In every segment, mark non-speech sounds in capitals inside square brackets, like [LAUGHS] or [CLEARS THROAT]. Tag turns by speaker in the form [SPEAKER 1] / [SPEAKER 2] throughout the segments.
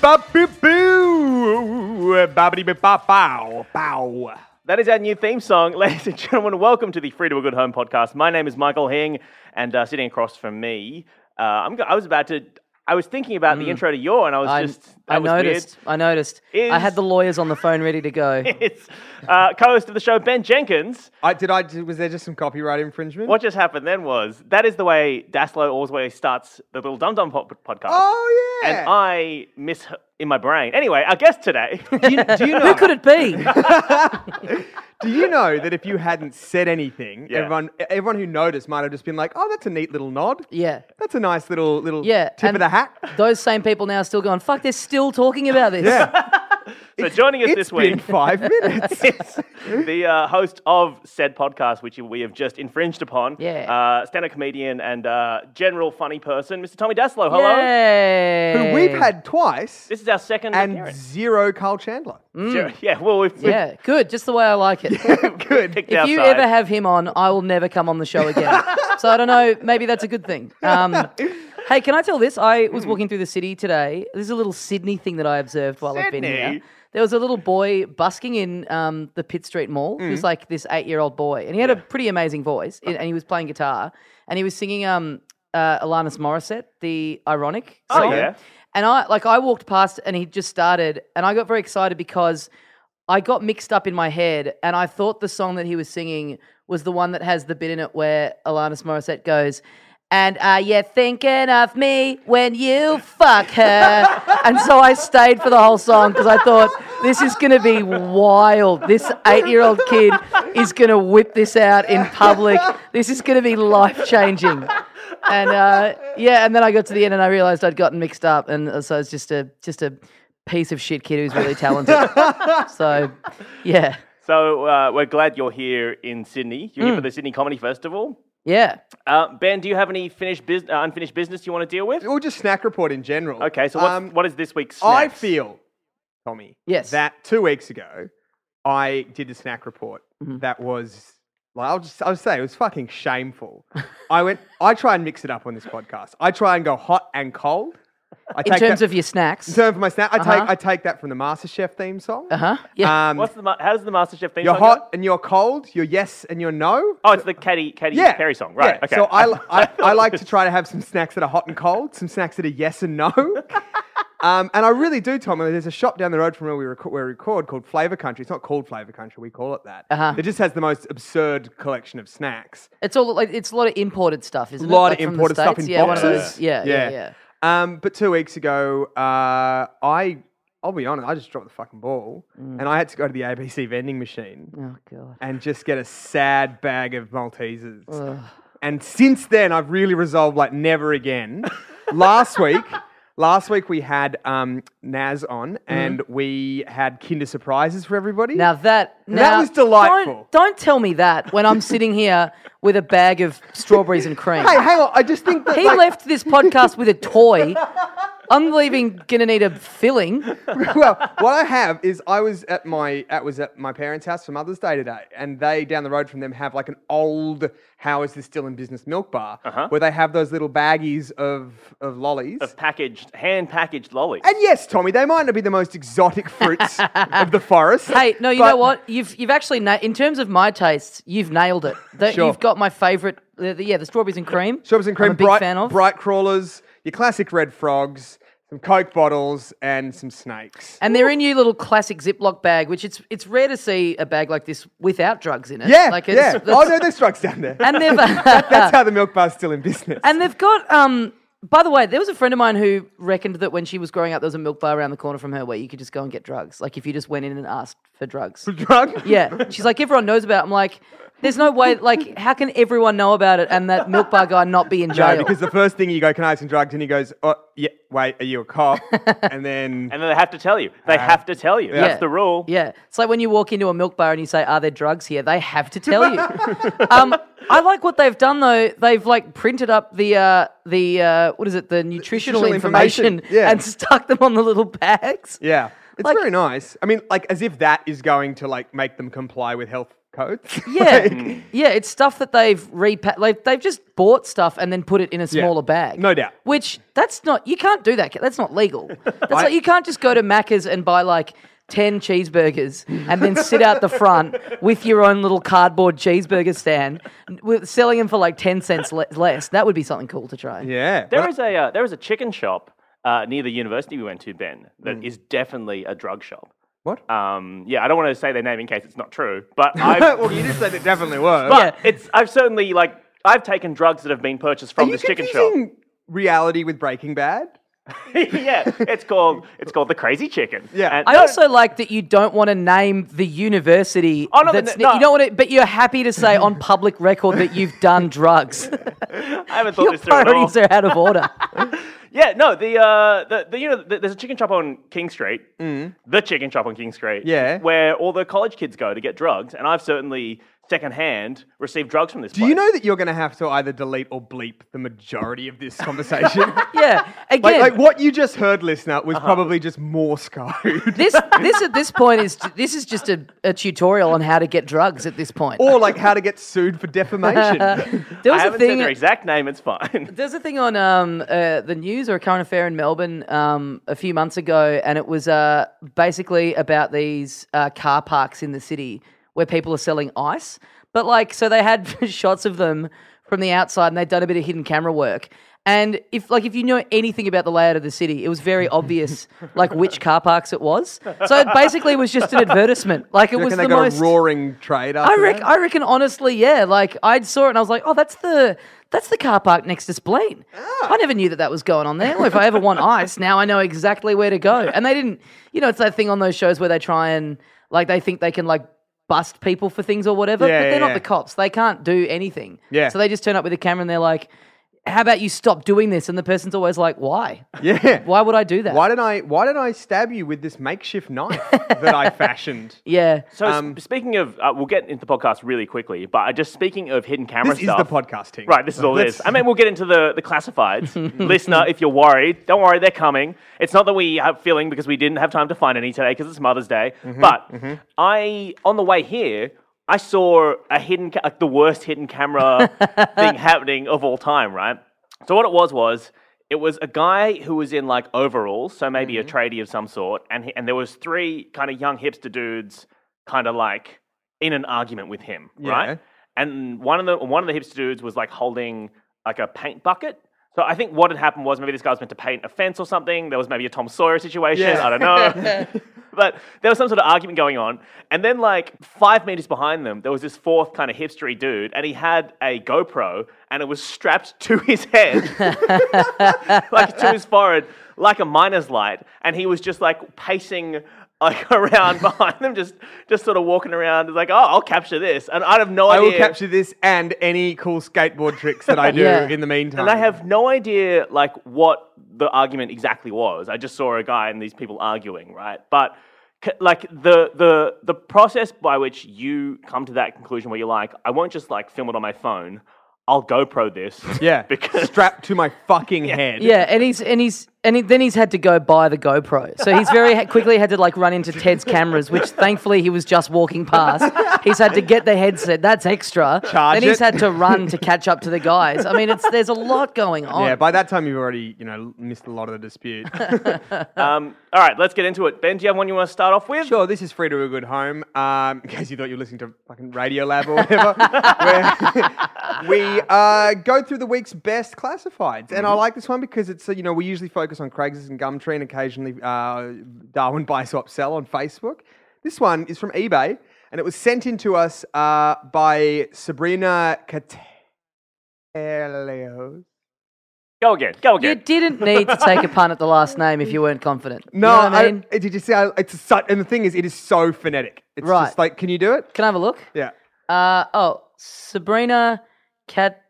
[SPEAKER 1] bop beep boo. Bobbity bip bop bow. Bow.
[SPEAKER 2] That is our new theme song. [LAUGHS] Ladies and gentlemen, welcome to the Free to a Good Home podcast. My name is Michael Hing, and uh, sitting across from me, uh, I'm go- I was about to, I was thinking about
[SPEAKER 1] Mm.
[SPEAKER 2] the intro to your, and I was
[SPEAKER 3] I,
[SPEAKER 2] just, that
[SPEAKER 3] I
[SPEAKER 2] was
[SPEAKER 3] noticed. I noticed. I
[SPEAKER 2] Is-
[SPEAKER 3] had the lawyers on the phone ready
[SPEAKER 2] [LAUGHS]
[SPEAKER 3] to go.
[SPEAKER 2] weird. [LAUGHS] It's uh, co host of the show, Ben Jenkins.
[SPEAKER 1] I, did I? Was there just some copyright infringement?
[SPEAKER 2] What just happened then was that is the way Daslow Orsway starts the Little Dum Dum po- podcast.
[SPEAKER 1] Oh yeah.
[SPEAKER 2] And I miss her in my brain. Anyway, our guest today.
[SPEAKER 1] do, you, do you
[SPEAKER 2] [LAUGHS]
[SPEAKER 1] know?
[SPEAKER 3] Who could it be?
[SPEAKER 1] Do you know that if you hadn't said anything,
[SPEAKER 2] Yeah.
[SPEAKER 1] everyone everyone who noticed might have just been like, "Oh, that's a neat little nod.
[SPEAKER 3] yeah.
[SPEAKER 1] That's a nice little little
[SPEAKER 3] Yeah.
[SPEAKER 1] tip of
[SPEAKER 3] and
[SPEAKER 1] the hat."
[SPEAKER 3] Those same people now are still going, fuck, they're still talking about this.
[SPEAKER 1] Yeah,
[SPEAKER 2] so joining us
[SPEAKER 1] it's
[SPEAKER 2] this
[SPEAKER 1] been
[SPEAKER 2] week
[SPEAKER 1] five minutes.
[SPEAKER 2] is
[SPEAKER 1] Mm-hmm.
[SPEAKER 2] the uh, host of said podcast, which we have just infringed upon.
[SPEAKER 3] Yeah.
[SPEAKER 2] Uh, stand-up comedian and uh, general funny person, Mr. Tommy Daslow. Hello.
[SPEAKER 3] Yay.
[SPEAKER 1] Who we've had twice
[SPEAKER 2] This is our second
[SPEAKER 1] and Mm.
[SPEAKER 2] appearance.
[SPEAKER 1] zero Carl Chandler.
[SPEAKER 2] Sure. [LAUGHS] Yeah. Well, we've, we've
[SPEAKER 3] Yeah, good. Just the way I like it.
[SPEAKER 1] [LAUGHS]
[SPEAKER 2] good. picked our
[SPEAKER 3] If you
[SPEAKER 2] side.
[SPEAKER 3] ever have him on, I will never come on the show again. so I don't know. Maybe that's a good thing. Um, hey, can I tell this? I
[SPEAKER 2] Hmm.
[SPEAKER 3] was walking through the city today. This is a little Sydney thing that I observed while I've been
[SPEAKER 2] Sydney?
[SPEAKER 3] here. There was a little boy busking in um, the Pitt Street Mall.
[SPEAKER 2] Hmm.
[SPEAKER 3] He was like this eight-year-old boy, and he had a pretty amazing voice, and and he was playing guitar, and he was singing um, uh, Alanis Morissette, the ironic
[SPEAKER 2] Oh,
[SPEAKER 3] song.
[SPEAKER 2] yeah.
[SPEAKER 3] And I like I walked past and he just started and I got very excited because I got mixed up in my head and I thought the song that he was singing was the one that has the bit in it where Alanis Morissette goes and are you thinking of me when you fuck her? and so I stayed for the whole song because I thought this is going to be wild. This eight-year-old kid is going to whip this out in public. This is going to be life-changing and uh, yeah, and then I got to the end and I realized I'd gotten mixed up, and uh, so it's just a just a piece of shit kid who's
[SPEAKER 1] [LAUGHS]
[SPEAKER 3] really talented. so yeah,
[SPEAKER 2] so uh, we're glad you're here in Sydney. You're here
[SPEAKER 1] Mm.
[SPEAKER 2] for the Sydney Comedy Festival.
[SPEAKER 3] yeah.
[SPEAKER 2] Uh, ben, do you have any finished bus- uh, unfinished business you want to deal with?
[SPEAKER 1] Or just snack report in general.
[SPEAKER 2] Okay. So what's,
[SPEAKER 1] Um,
[SPEAKER 2] what is this week's?
[SPEAKER 1] I
[SPEAKER 2] snacks?
[SPEAKER 1] feel, Tommy,
[SPEAKER 3] Yes.
[SPEAKER 1] that two weeks ago, I did a snack report
[SPEAKER 3] Mm-hmm.
[SPEAKER 1] that was like I'll just I'll say it was fucking shameful. I went I try and mix it up on this podcast. I try and go hot and cold. I
[SPEAKER 3] In terms of your snacks,
[SPEAKER 1] in terms of my snack, I
[SPEAKER 3] Uh-huh.
[SPEAKER 1] take I take that from the MasterChef theme song.
[SPEAKER 3] uh huh. Yeah.
[SPEAKER 1] Um,
[SPEAKER 2] What's the ma- how's the MasterChef theme?
[SPEAKER 1] you're
[SPEAKER 2] song go?
[SPEAKER 1] hot and you're cold. You're yes and you're no.
[SPEAKER 2] Oh, it's the Katy Katy
[SPEAKER 1] Yeah.
[SPEAKER 2] Perry song, right?
[SPEAKER 1] yeah.
[SPEAKER 2] Okay.
[SPEAKER 1] So I,
[SPEAKER 2] [LAUGHS]
[SPEAKER 1] I, I like to try to have some snacks that are hot and cold, some snacks that are yes and
[SPEAKER 2] [LAUGHS]
[SPEAKER 1] no. Um, and I really do, Tom. There's a shop down the road from where we, record, where we record called Flavor Country. It's not called Flavor Country, we call it that.
[SPEAKER 3] Uh-huh.
[SPEAKER 1] It just has the most absurd collection of snacks.
[SPEAKER 3] it's all like it's a lot of imported stuff,
[SPEAKER 1] A
[SPEAKER 3] isn't it?
[SPEAKER 1] lot
[SPEAKER 3] Like
[SPEAKER 1] of
[SPEAKER 3] from the
[SPEAKER 1] imported stuff in
[SPEAKER 3] States? yeah,
[SPEAKER 1] boxes.
[SPEAKER 3] One of those, yeah, yeah, yeah,
[SPEAKER 1] Um, but two weeks ago, uh, I, I'll be honest, I just dropped the fucking ball, and I had to go to the ABC vending machine
[SPEAKER 3] Mm. Oh god.
[SPEAKER 1] and just get a sad bag of Maltesers. And since then, I've really resolved like never
[SPEAKER 3] [LAUGHS]
[SPEAKER 1] again. last week, last week we had um, Naz on, and we had Kinder surprises for everybody.
[SPEAKER 3] Mm-hmm. Now that
[SPEAKER 1] That
[SPEAKER 3] now-
[SPEAKER 1] was delightful.
[SPEAKER 3] Don't, don't tell me that when I'm sitting here with a bag of strawberries and cream.
[SPEAKER 1] hey, hang on, I just think that
[SPEAKER 3] He
[SPEAKER 1] like,
[SPEAKER 3] left this podcast with a toy. I'm leaving. Gonna need a filling.
[SPEAKER 1] [LAUGHS] well, what I have is I was at my I was at my parents' house for Mother's Day today, and they down the road from them have like an old how is this still in business milk bar where they have those little baggies of of lollies.
[SPEAKER 2] of packaged, hand packaged lollies.
[SPEAKER 1] and yes, Tommy, they might not be the most exotic
[SPEAKER 3] [LAUGHS]
[SPEAKER 1] fruits of the forest.
[SPEAKER 3] Hey, no, you
[SPEAKER 1] but-
[SPEAKER 3] know what? You've you've actually na- in terms of my tastes, you've nailed it. That
[SPEAKER 1] Sure.
[SPEAKER 3] You've got my favourite. The, the- yeah, the strawberries and cream.
[SPEAKER 1] Strawberries and cream,
[SPEAKER 3] I'm a big
[SPEAKER 1] bright,
[SPEAKER 3] fan of.
[SPEAKER 1] bright crawlers, your classic red frogs, some Coke bottles, and some snakes.
[SPEAKER 3] And they're in your little classic Ziploc bag, which it's it's rare to see a bag like this without drugs in it.
[SPEAKER 1] yeah,
[SPEAKER 3] like
[SPEAKER 1] yeah.
[SPEAKER 3] that's-
[SPEAKER 1] Oh
[SPEAKER 3] [LAUGHS]
[SPEAKER 1] no, there's drugs down there.
[SPEAKER 3] and
[SPEAKER 1] [LAUGHS]
[SPEAKER 3] they've
[SPEAKER 1] That's how the milk bar's still in business.
[SPEAKER 3] [LAUGHS] and they've got um. By the way, there was a friend of mine who reckoned that when she was growing up, there was a milk bar around the corner from her where you could just go and get drugs. Like if you just went in and asked for drugs.
[SPEAKER 1] [LAUGHS] Drug?
[SPEAKER 3] Yeah. She's like, everyone knows about it. I'm like, there's no way, like, how can everyone know about it and that milk bar guy not be
[SPEAKER 1] [LAUGHS]
[SPEAKER 3] in
[SPEAKER 1] No,
[SPEAKER 3] jail?
[SPEAKER 1] because the first thing you go, can I have some drugs? And he goes, oh, yeah, wait, are you a
[SPEAKER 3] [LAUGHS]
[SPEAKER 1] cop? and then,
[SPEAKER 2] And then they have to tell you. They
[SPEAKER 1] Uh-huh.
[SPEAKER 2] have to tell you. That's the rule.
[SPEAKER 3] Yeah. It's like when you walk into a milk bar and you say, Are there drugs here? They have to tell you. um, I like what they've done though. They've like printed up the uh, the uh, what is it, the nutritional,
[SPEAKER 1] nutritional
[SPEAKER 3] information,
[SPEAKER 1] information, yeah.
[SPEAKER 3] and stuck them on the little bags.
[SPEAKER 1] yeah, it's
[SPEAKER 3] Like-
[SPEAKER 1] very nice. I mean, like, as if that is going to, like, make them comply with health
[SPEAKER 3] [LAUGHS]
[SPEAKER 1] codes.
[SPEAKER 3] Yeah,
[SPEAKER 1] Like,
[SPEAKER 3] yeah. It's stuff that they've repa- like, They've just bought stuff and then put it in a smaller bag.
[SPEAKER 1] No doubt.
[SPEAKER 3] Which that's not. You can't do that. That's not legal. That's like you can't just go to Macca's and buy like. 10 cheeseburgers and then sit out the front with your own little cardboard cheeseburger stand with selling them for like 10 cents le- less that would be something cool to try
[SPEAKER 1] yeah.
[SPEAKER 2] There
[SPEAKER 1] Well,
[SPEAKER 2] is a uh, there is a chicken shop uh, near the university we went to, Ben, that
[SPEAKER 1] Mm.
[SPEAKER 2] is definitely a drug shop.
[SPEAKER 1] What?
[SPEAKER 2] Um, yeah, I don't want to say their name in case it's not true,
[SPEAKER 1] [LAUGHS]
[SPEAKER 2] but I've,
[SPEAKER 1] well, you did say that definitely was.
[SPEAKER 2] but it's I've certainly like I've taken drugs that have been purchased
[SPEAKER 1] Are
[SPEAKER 2] from
[SPEAKER 1] you
[SPEAKER 2] this chicken shop.
[SPEAKER 1] confusing reality with Breaking Bad?
[SPEAKER 2] [LAUGHS] yeah, it's called it's called the Crazy Chicken.
[SPEAKER 1] Yeah.
[SPEAKER 2] And-
[SPEAKER 3] I
[SPEAKER 2] no,
[SPEAKER 3] also like that you don't want to name the university.
[SPEAKER 2] Oh, no,
[SPEAKER 3] that's,
[SPEAKER 2] no, no.
[SPEAKER 3] You don't want to, but you're happy to say on public record that you've done drugs.
[SPEAKER 2] I haven't thought
[SPEAKER 3] Your
[SPEAKER 2] this through at all.
[SPEAKER 3] [LAUGHS] priorities are out of order.
[SPEAKER 2] Yeah, no, the uh, the, the you know, the, there's a chicken shop on King Street, the chicken shop on King Street,
[SPEAKER 1] Mm. Yeah.
[SPEAKER 2] where all the college kids go to get drugs, and I've certainly secondhand received drugs from this.
[SPEAKER 1] Do you know that you're going to have to either delete or bleep the majority of this
[SPEAKER 2] [LAUGHS]
[SPEAKER 1] conversation?
[SPEAKER 3] yeah. Again,
[SPEAKER 1] [LAUGHS] Like, like what you just heard, listener,
[SPEAKER 2] Uh-huh.
[SPEAKER 1] was probably just Morse code.
[SPEAKER 3] this this at this point is this is just a, a tutorial on how to get drugs. At this point,
[SPEAKER 1] [LAUGHS] or like how to get sued for
[SPEAKER 2] [LAUGHS]
[SPEAKER 1] defamation.
[SPEAKER 2] I
[SPEAKER 3] there was a
[SPEAKER 2] haven't said
[SPEAKER 3] thing.
[SPEAKER 2] their exact name. It's fine.
[SPEAKER 1] [LAUGHS]
[SPEAKER 3] There's a thing on um, uh, the news or a current affair in Melbourne um, a few months ago, and it was uh, basically about these uh, car parks in the city where people are selling ice. But like, so they had [LAUGHS] shots of them from the outside, and they'd done a bit of hidden camera work. And if like if you know anything about the layout of the city, it was
[SPEAKER 1] [LAUGHS]
[SPEAKER 3] very obvious like which car parks it was. So it basically was just an advertisement. Like it was
[SPEAKER 1] Reckon they
[SPEAKER 3] the
[SPEAKER 1] got
[SPEAKER 3] most
[SPEAKER 1] a roaring trade
[SPEAKER 3] I
[SPEAKER 1] after
[SPEAKER 3] reckon,
[SPEAKER 1] that?
[SPEAKER 3] I reckon, honestly, yeah. Like I saw it and I was like, oh, that's the that's the car park next to Spleen.
[SPEAKER 1] Ah.
[SPEAKER 3] I never knew that that was going on there. Or if I ever want ice, now I know exactly where to go. And they didn't, you know, it's that thing on those shows where they try and like they think they can like bust people for things or whatever,
[SPEAKER 1] Yeah,
[SPEAKER 3] but they're
[SPEAKER 1] yeah,
[SPEAKER 3] not
[SPEAKER 1] yeah.
[SPEAKER 3] the cops. They can't do anything.
[SPEAKER 1] Yeah.
[SPEAKER 3] So they just turn up with a camera and they're like, how about you stop doing this? And the person's always like, why?
[SPEAKER 2] [LAUGHS]
[SPEAKER 1] Yeah.
[SPEAKER 3] Why would I do that?
[SPEAKER 1] Why did I why did I stab you with this makeshift knife
[SPEAKER 2] [LAUGHS]
[SPEAKER 1] that I fashioned?
[SPEAKER 3] Yeah.
[SPEAKER 2] So
[SPEAKER 1] Um,
[SPEAKER 2] sp- speaking of, uh, we'll get into the podcast really quickly, but I just speaking of hidden camera
[SPEAKER 1] This is
[SPEAKER 2] stuff.
[SPEAKER 1] the podcast team.
[SPEAKER 2] Right, this is all
[SPEAKER 1] Let's-
[SPEAKER 2] this. I mean, we'll get into the, the
[SPEAKER 1] [LAUGHS]
[SPEAKER 2] classifieds. Listener, if you're worried, don't worry, they're coming. It's not that we have feeling because we didn't have time to find any today because it's Mother's Day.
[SPEAKER 1] Mm-hmm,
[SPEAKER 2] But I, on the way here, I saw a hidden, ca- like the worst
[SPEAKER 1] [LAUGHS]
[SPEAKER 2] hidden camera thing happening of all time. Right. So what it was was it was a guy who was in like overalls, so maybe
[SPEAKER 1] Mm-hmm.
[SPEAKER 2] a tradie of some sort, and he, and there was three kind of young hipster dudes, kind of like in an argument with him.
[SPEAKER 1] Yeah.
[SPEAKER 2] Right and one of the one of the hipster dudes was like holding like a paint bucket. So I think what had happened was maybe this guy was meant to paint a fence or something. There was maybe a Tom Sawyer situation.
[SPEAKER 1] Yeah.
[SPEAKER 2] I don't know. [LAUGHS] but there was some sort of argument going on. And then like five meters behind them, there was this fourth kind of hipstery dude, and he had a GoPro and it was strapped to his head [LAUGHS] like to his forehead like a miner's light and he was just like pacing like [LAUGHS] around behind them just just sort of walking around like oh i'll capture this and i have no
[SPEAKER 1] I
[SPEAKER 2] idea
[SPEAKER 1] will capture this and any cool skateboard tricks that
[SPEAKER 2] [LAUGHS]
[SPEAKER 1] I do
[SPEAKER 3] Yeah.
[SPEAKER 1] in the meantime.
[SPEAKER 2] and i have no idea like what the argument exactly was i just saw a guy and these people arguing right but c- like the the the process by which you come to that conclusion where you're like i won't just like film it on my phone i'll gopro this
[SPEAKER 1] [LAUGHS] yeah,
[SPEAKER 2] [LAUGHS] because
[SPEAKER 1] strapped to my fucking head.
[SPEAKER 3] Yeah, and he's and he's and he, then he's had to go buy the GoPro. So he's very ha- quickly had to like run into Ted's cameras, which thankfully he was just walking past. He's had to get the headset. That's extra.
[SPEAKER 1] Charge
[SPEAKER 3] then he's
[SPEAKER 1] it.
[SPEAKER 3] had to run to catch up to the guys. I mean, it's there's a lot going on.
[SPEAKER 1] Yeah, by that time you've already, you know, missed a lot of the dispute.
[SPEAKER 2] um, all right let's get into it ben do you have one you want to start off with
[SPEAKER 1] Sure, this is free to a good home. Um, in case you thought you were listening to fucking Radio Lab or whatever, where [LAUGHS] we uh, go through the week's best classifieds, and I like this one because it's uh, you know we usually focus on Craigslist and Gumtree, and occasionally uh, Darwin [LAUGHS] buy swap sell on Facebook. This one is from eBay, and it was sent in to us uh, by Sabrina Catelios.
[SPEAKER 2] go again go again
[SPEAKER 3] You didn't need to take a pun at the last name if you weren't confident. You
[SPEAKER 1] No,
[SPEAKER 3] know what I mean,
[SPEAKER 1] I, did you see? I, it's such, and the thing is, it is so phonetic. It's
[SPEAKER 3] Right.
[SPEAKER 1] just like, can you do it?
[SPEAKER 3] can I have a look?
[SPEAKER 1] Yeah.
[SPEAKER 3] Uh, oh, Sabrina Cat.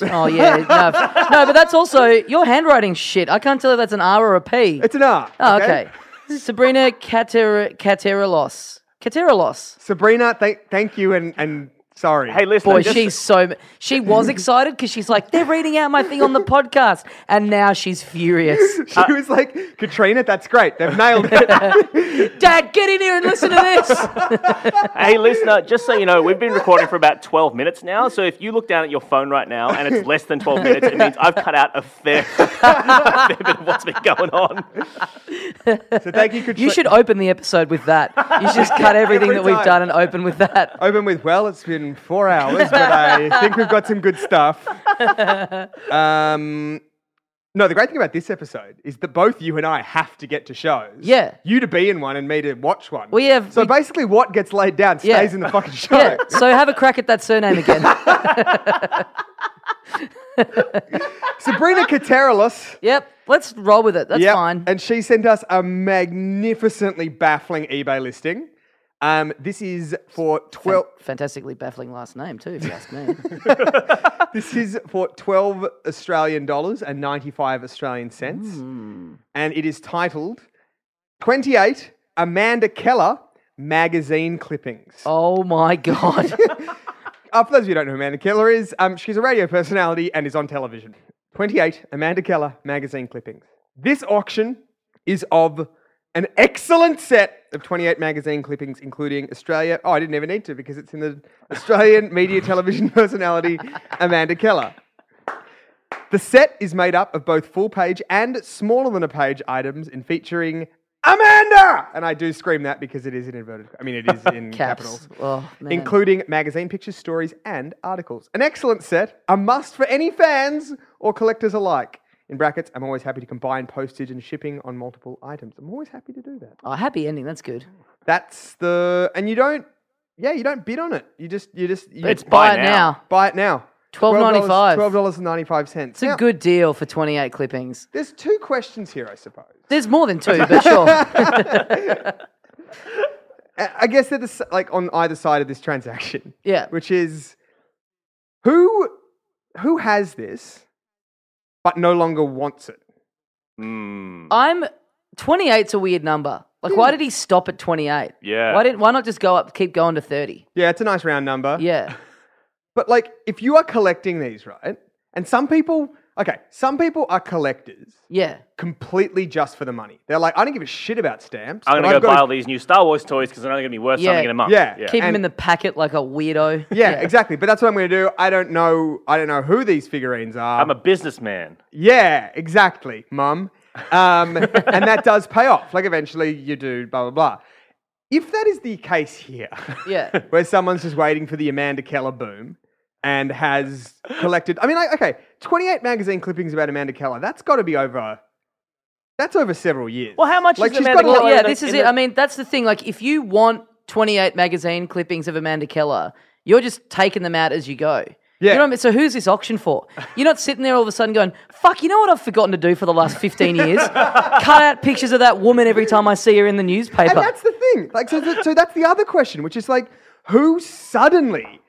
[SPEAKER 3] Oh yeah, no, no, but that's also your handwriting shit. I can't tell if that's an R or a P.
[SPEAKER 1] It's an R.
[SPEAKER 3] Oh, okay. Sabrina Cater- Caterilos. Caterilos.
[SPEAKER 1] Sabrina, thank thank you, and and Sorry.
[SPEAKER 2] Hey, listen.
[SPEAKER 3] Boy,
[SPEAKER 2] just-
[SPEAKER 3] she's so she was excited because she's like, they're reading out my thing on the podcast, and now she's furious.
[SPEAKER 1] she was like, Katrina, that's great. They've nailed
[SPEAKER 3] [LAUGHS]
[SPEAKER 1] it.
[SPEAKER 3] Dad, get in here and listen to
[SPEAKER 1] [LAUGHS]
[SPEAKER 3] this.
[SPEAKER 2] [LAUGHS] Hey, listener, just so you know, we've been recording for about 12 minutes now. So if you look down at your phone right now and it's less than 12 minutes, it means I've cut out a fair, [LAUGHS] a fair bit of what's been going on.
[SPEAKER 1] so thank you, Katrina.
[SPEAKER 3] You should open the episode with that. You should just
[SPEAKER 1] [LAUGHS]
[SPEAKER 3] cut everything
[SPEAKER 1] Every
[SPEAKER 3] that we've
[SPEAKER 1] time.
[SPEAKER 3] done and open with that.
[SPEAKER 1] open with, well, it's been four hours, but I think we've got some good
[SPEAKER 3] [LAUGHS]
[SPEAKER 1] stuff. Um, no, the great thing about this episode is that both you and I have to get to shows.
[SPEAKER 3] Yeah.
[SPEAKER 1] You to be in one and me to watch one.
[SPEAKER 3] We have-
[SPEAKER 1] So
[SPEAKER 3] we-
[SPEAKER 1] basically, what gets laid down stays
[SPEAKER 3] Yeah.
[SPEAKER 1] in the fucking show.
[SPEAKER 3] Yeah. So have a crack at that surname
[SPEAKER 1] [LAUGHS]
[SPEAKER 3] again.
[SPEAKER 1] Sabrina Caterelos.
[SPEAKER 3] yep. Let's roll with it. That's
[SPEAKER 1] Yep.
[SPEAKER 3] fine.
[SPEAKER 1] And she sent us a magnificently baffling eBay listing. Um, this is for twelve.
[SPEAKER 3] Fantastically baffling last name too, if you ask me. [LAUGHS]
[SPEAKER 1] This is for twelve Australian dollars and ninety-five Australian cents, and it is titled "28 Amanda Keller Magazine Clippings."
[SPEAKER 3] oh
[SPEAKER 1] [LAUGHS]
[SPEAKER 3] my god.
[SPEAKER 1] Uh, for those of you who don't know who Amanda Keller is, um, she's a radio personality and is on television. 28, Amanda Keller, magazine clippings. This auction is of an excellent set of 28 magazine clippings, including Australia. Oh, I didn't even need to because it's in the Australian media television [LAUGHS] personality, Amanda Keller. The set is made up of both full page and smaller than a page items and featuring Amanda! And I do scream that because it is in inverted. I mean, it is in capitals
[SPEAKER 3] [LAUGHS] Caps. Oh man.
[SPEAKER 1] including magazine pictures, stories, and articles. An excellent set, a must for any fans or collectors alike. In brackets, I'm always happy to combine postage and shipping on multiple items. I'm always happy to do that.
[SPEAKER 3] oh, happy ending. That's good.
[SPEAKER 1] That's the and you don't, yeah, you don't bid on it. You just you just you
[SPEAKER 2] It's
[SPEAKER 3] Buy,
[SPEAKER 2] Buy
[SPEAKER 3] it now.
[SPEAKER 2] now.
[SPEAKER 1] buy it now.
[SPEAKER 3] $12.95.
[SPEAKER 1] Twelve dollars and ninety five cents.
[SPEAKER 3] It's a good deal for 28 clippings.
[SPEAKER 1] There's two questions here, I suppose.
[SPEAKER 3] There's more than two,
[SPEAKER 1] [LAUGHS]
[SPEAKER 3] but sure.
[SPEAKER 1] I I guess they're the, s- like on either side of this transaction.
[SPEAKER 3] Yeah.
[SPEAKER 1] which is who who has this but no longer wants it.
[SPEAKER 2] Mm,
[SPEAKER 3] I'm 28's a weird number. Like,
[SPEAKER 1] Hmm.
[SPEAKER 3] why did he stop at 28?
[SPEAKER 2] Yeah.
[SPEAKER 3] Why didn't? Why not just go up, keep going to 30?
[SPEAKER 1] Yeah, it's a nice round number.
[SPEAKER 3] Yeah.
[SPEAKER 1] But like if you are collecting these, right? And some people okay, some people are collectors
[SPEAKER 3] Yeah.
[SPEAKER 1] completely just for the money. They're like, I don't give a shit about stamps. but
[SPEAKER 2] I'm going to
[SPEAKER 1] I've
[SPEAKER 2] go
[SPEAKER 1] got
[SPEAKER 2] buy all these new Star Wars toys because they're only going to be worth
[SPEAKER 3] Yeah.
[SPEAKER 2] something in a month.
[SPEAKER 1] Yeah.
[SPEAKER 3] Keep him
[SPEAKER 1] And-
[SPEAKER 3] in the packet like a weirdo.
[SPEAKER 1] yeah, exactly. But that's what I'm going to do. I don't know. I don't know who these figurines are.
[SPEAKER 2] I'm a businessman.
[SPEAKER 1] Yeah, exactly, mum. Um, and that does pay off. Like eventually you do blah, blah, blah. If that is the case here, [LAUGHS]
[SPEAKER 3] Yeah. [LAUGHS]
[SPEAKER 1] where someone's just waiting for the Amanda Keller boom and has collected, I mean, like, okay, 28 magazine clippings about Amanda Keller, that's got to be over, that's over several years.
[SPEAKER 2] Well, how much
[SPEAKER 1] Like,
[SPEAKER 2] is
[SPEAKER 1] she's
[SPEAKER 2] Amanda
[SPEAKER 1] got a lot-
[SPEAKER 2] Keller?
[SPEAKER 3] Well, yeah,
[SPEAKER 2] in the-
[SPEAKER 3] this is
[SPEAKER 2] in
[SPEAKER 3] it.
[SPEAKER 2] the-
[SPEAKER 3] I mean, that's the thing. Like, if you want 28 magazine clippings of Amanda Keller, you're just taking them out as you go.
[SPEAKER 1] Yeah.
[SPEAKER 3] You know what I mean? So who's this auction for? You're not sitting there all of a sudden going, fuck, you know what I've forgotten to do for the last 15
[SPEAKER 2] [LAUGHS]
[SPEAKER 3] years? Cut out pictures of that woman every time I see her in the newspaper.
[SPEAKER 1] And that's the thing. Like, so, so, so that's the other question, which is like, who suddenly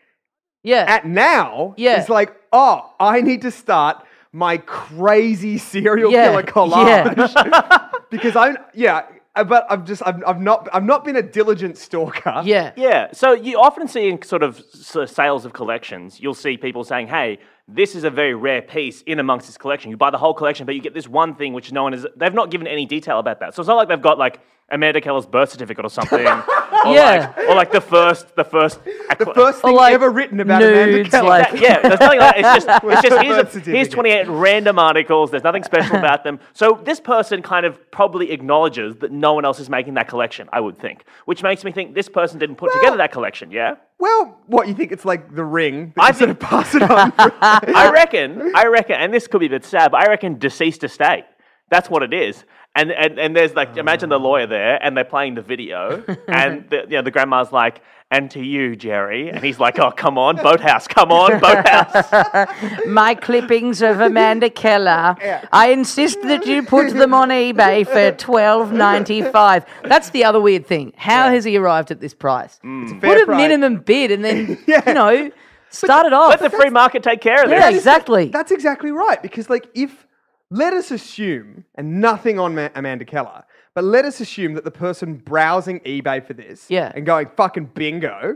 [SPEAKER 3] yeah.
[SPEAKER 1] at now
[SPEAKER 3] Yeah.
[SPEAKER 1] is like, oh, I need to start my crazy serial
[SPEAKER 3] Yeah,
[SPEAKER 1] killer collage [LAUGHS] because I'm yeah, uh, but I've just I've, I've not I've not been a diligent stalker.
[SPEAKER 3] yeah.
[SPEAKER 2] Yeah. So you often see in sort of s- uh, sales of collections, you'll see people saying, "Hey, this is a very rare piece in amongst this collection. You buy the whole collection, but you get this one thing which no one is. They've not given any detail about that. So it's not like they've got like Amanda Keller's birth certificate
[SPEAKER 1] [LAUGHS]
[SPEAKER 2] or something, or
[SPEAKER 3] Yeah.
[SPEAKER 2] Oh, like or like the first the first
[SPEAKER 1] The first
[SPEAKER 3] Or
[SPEAKER 1] thing
[SPEAKER 3] like
[SPEAKER 1] ever written about Amanda
[SPEAKER 3] nudes,
[SPEAKER 1] Keller.
[SPEAKER 3] like-
[SPEAKER 2] that- [LAUGHS] yeah, there's nothing like that. It's just, it's just
[SPEAKER 1] Birth
[SPEAKER 2] here's, a, here's
[SPEAKER 1] certificate.
[SPEAKER 2] 28 random articles. There's nothing special about them. So this person kind of probably acknowledges that no one else is making that collection, I would think, which makes me think this person didn't put together that collection, yeah?
[SPEAKER 1] well, what you think it's like the ring? That
[SPEAKER 2] I
[SPEAKER 1] you sort of pass it
[SPEAKER 3] [LAUGHS]
[SPEAKER 1] on.
[SPEAKER 2] I reckon, I reckon, and this could be a bit sad, but I reckon deceased estate. That's what it is. And, and, and there's like, imagine the lawyer there, and they're playing the video, and the, you know, the grandma's like, and to you, Jerry. And he's like, oh, come on, boathouse, come on, boathouse.
[SPEAKER 3] My clippings of Amanda Keller. I insist that you put them on eBay for twelve ninety five. That's the other weird thing. How has he arrived at this price?
[SPEAKER 1] Mm. fair
[SPEAKER 3] Put a
[SPEAKER 1] price.
[SPEAKER 3] minimum bid and then
[SPEAKER 1] [LAUGHS] Yeah.
[SPEAKER 3] you know start it off.
[SPEAKER 2] Let the free market take care of this.
[SPEAKER 3] yeah, exactly.
[SPEAKER 1] That's exactly right. Because, like, if let us assume, and nothing on Ma- Amanda Keller, but let us assume that the person browsing eBay for this
[SPEAKER 3] Yeah.
[SPEAKER 1] and going fucking bingo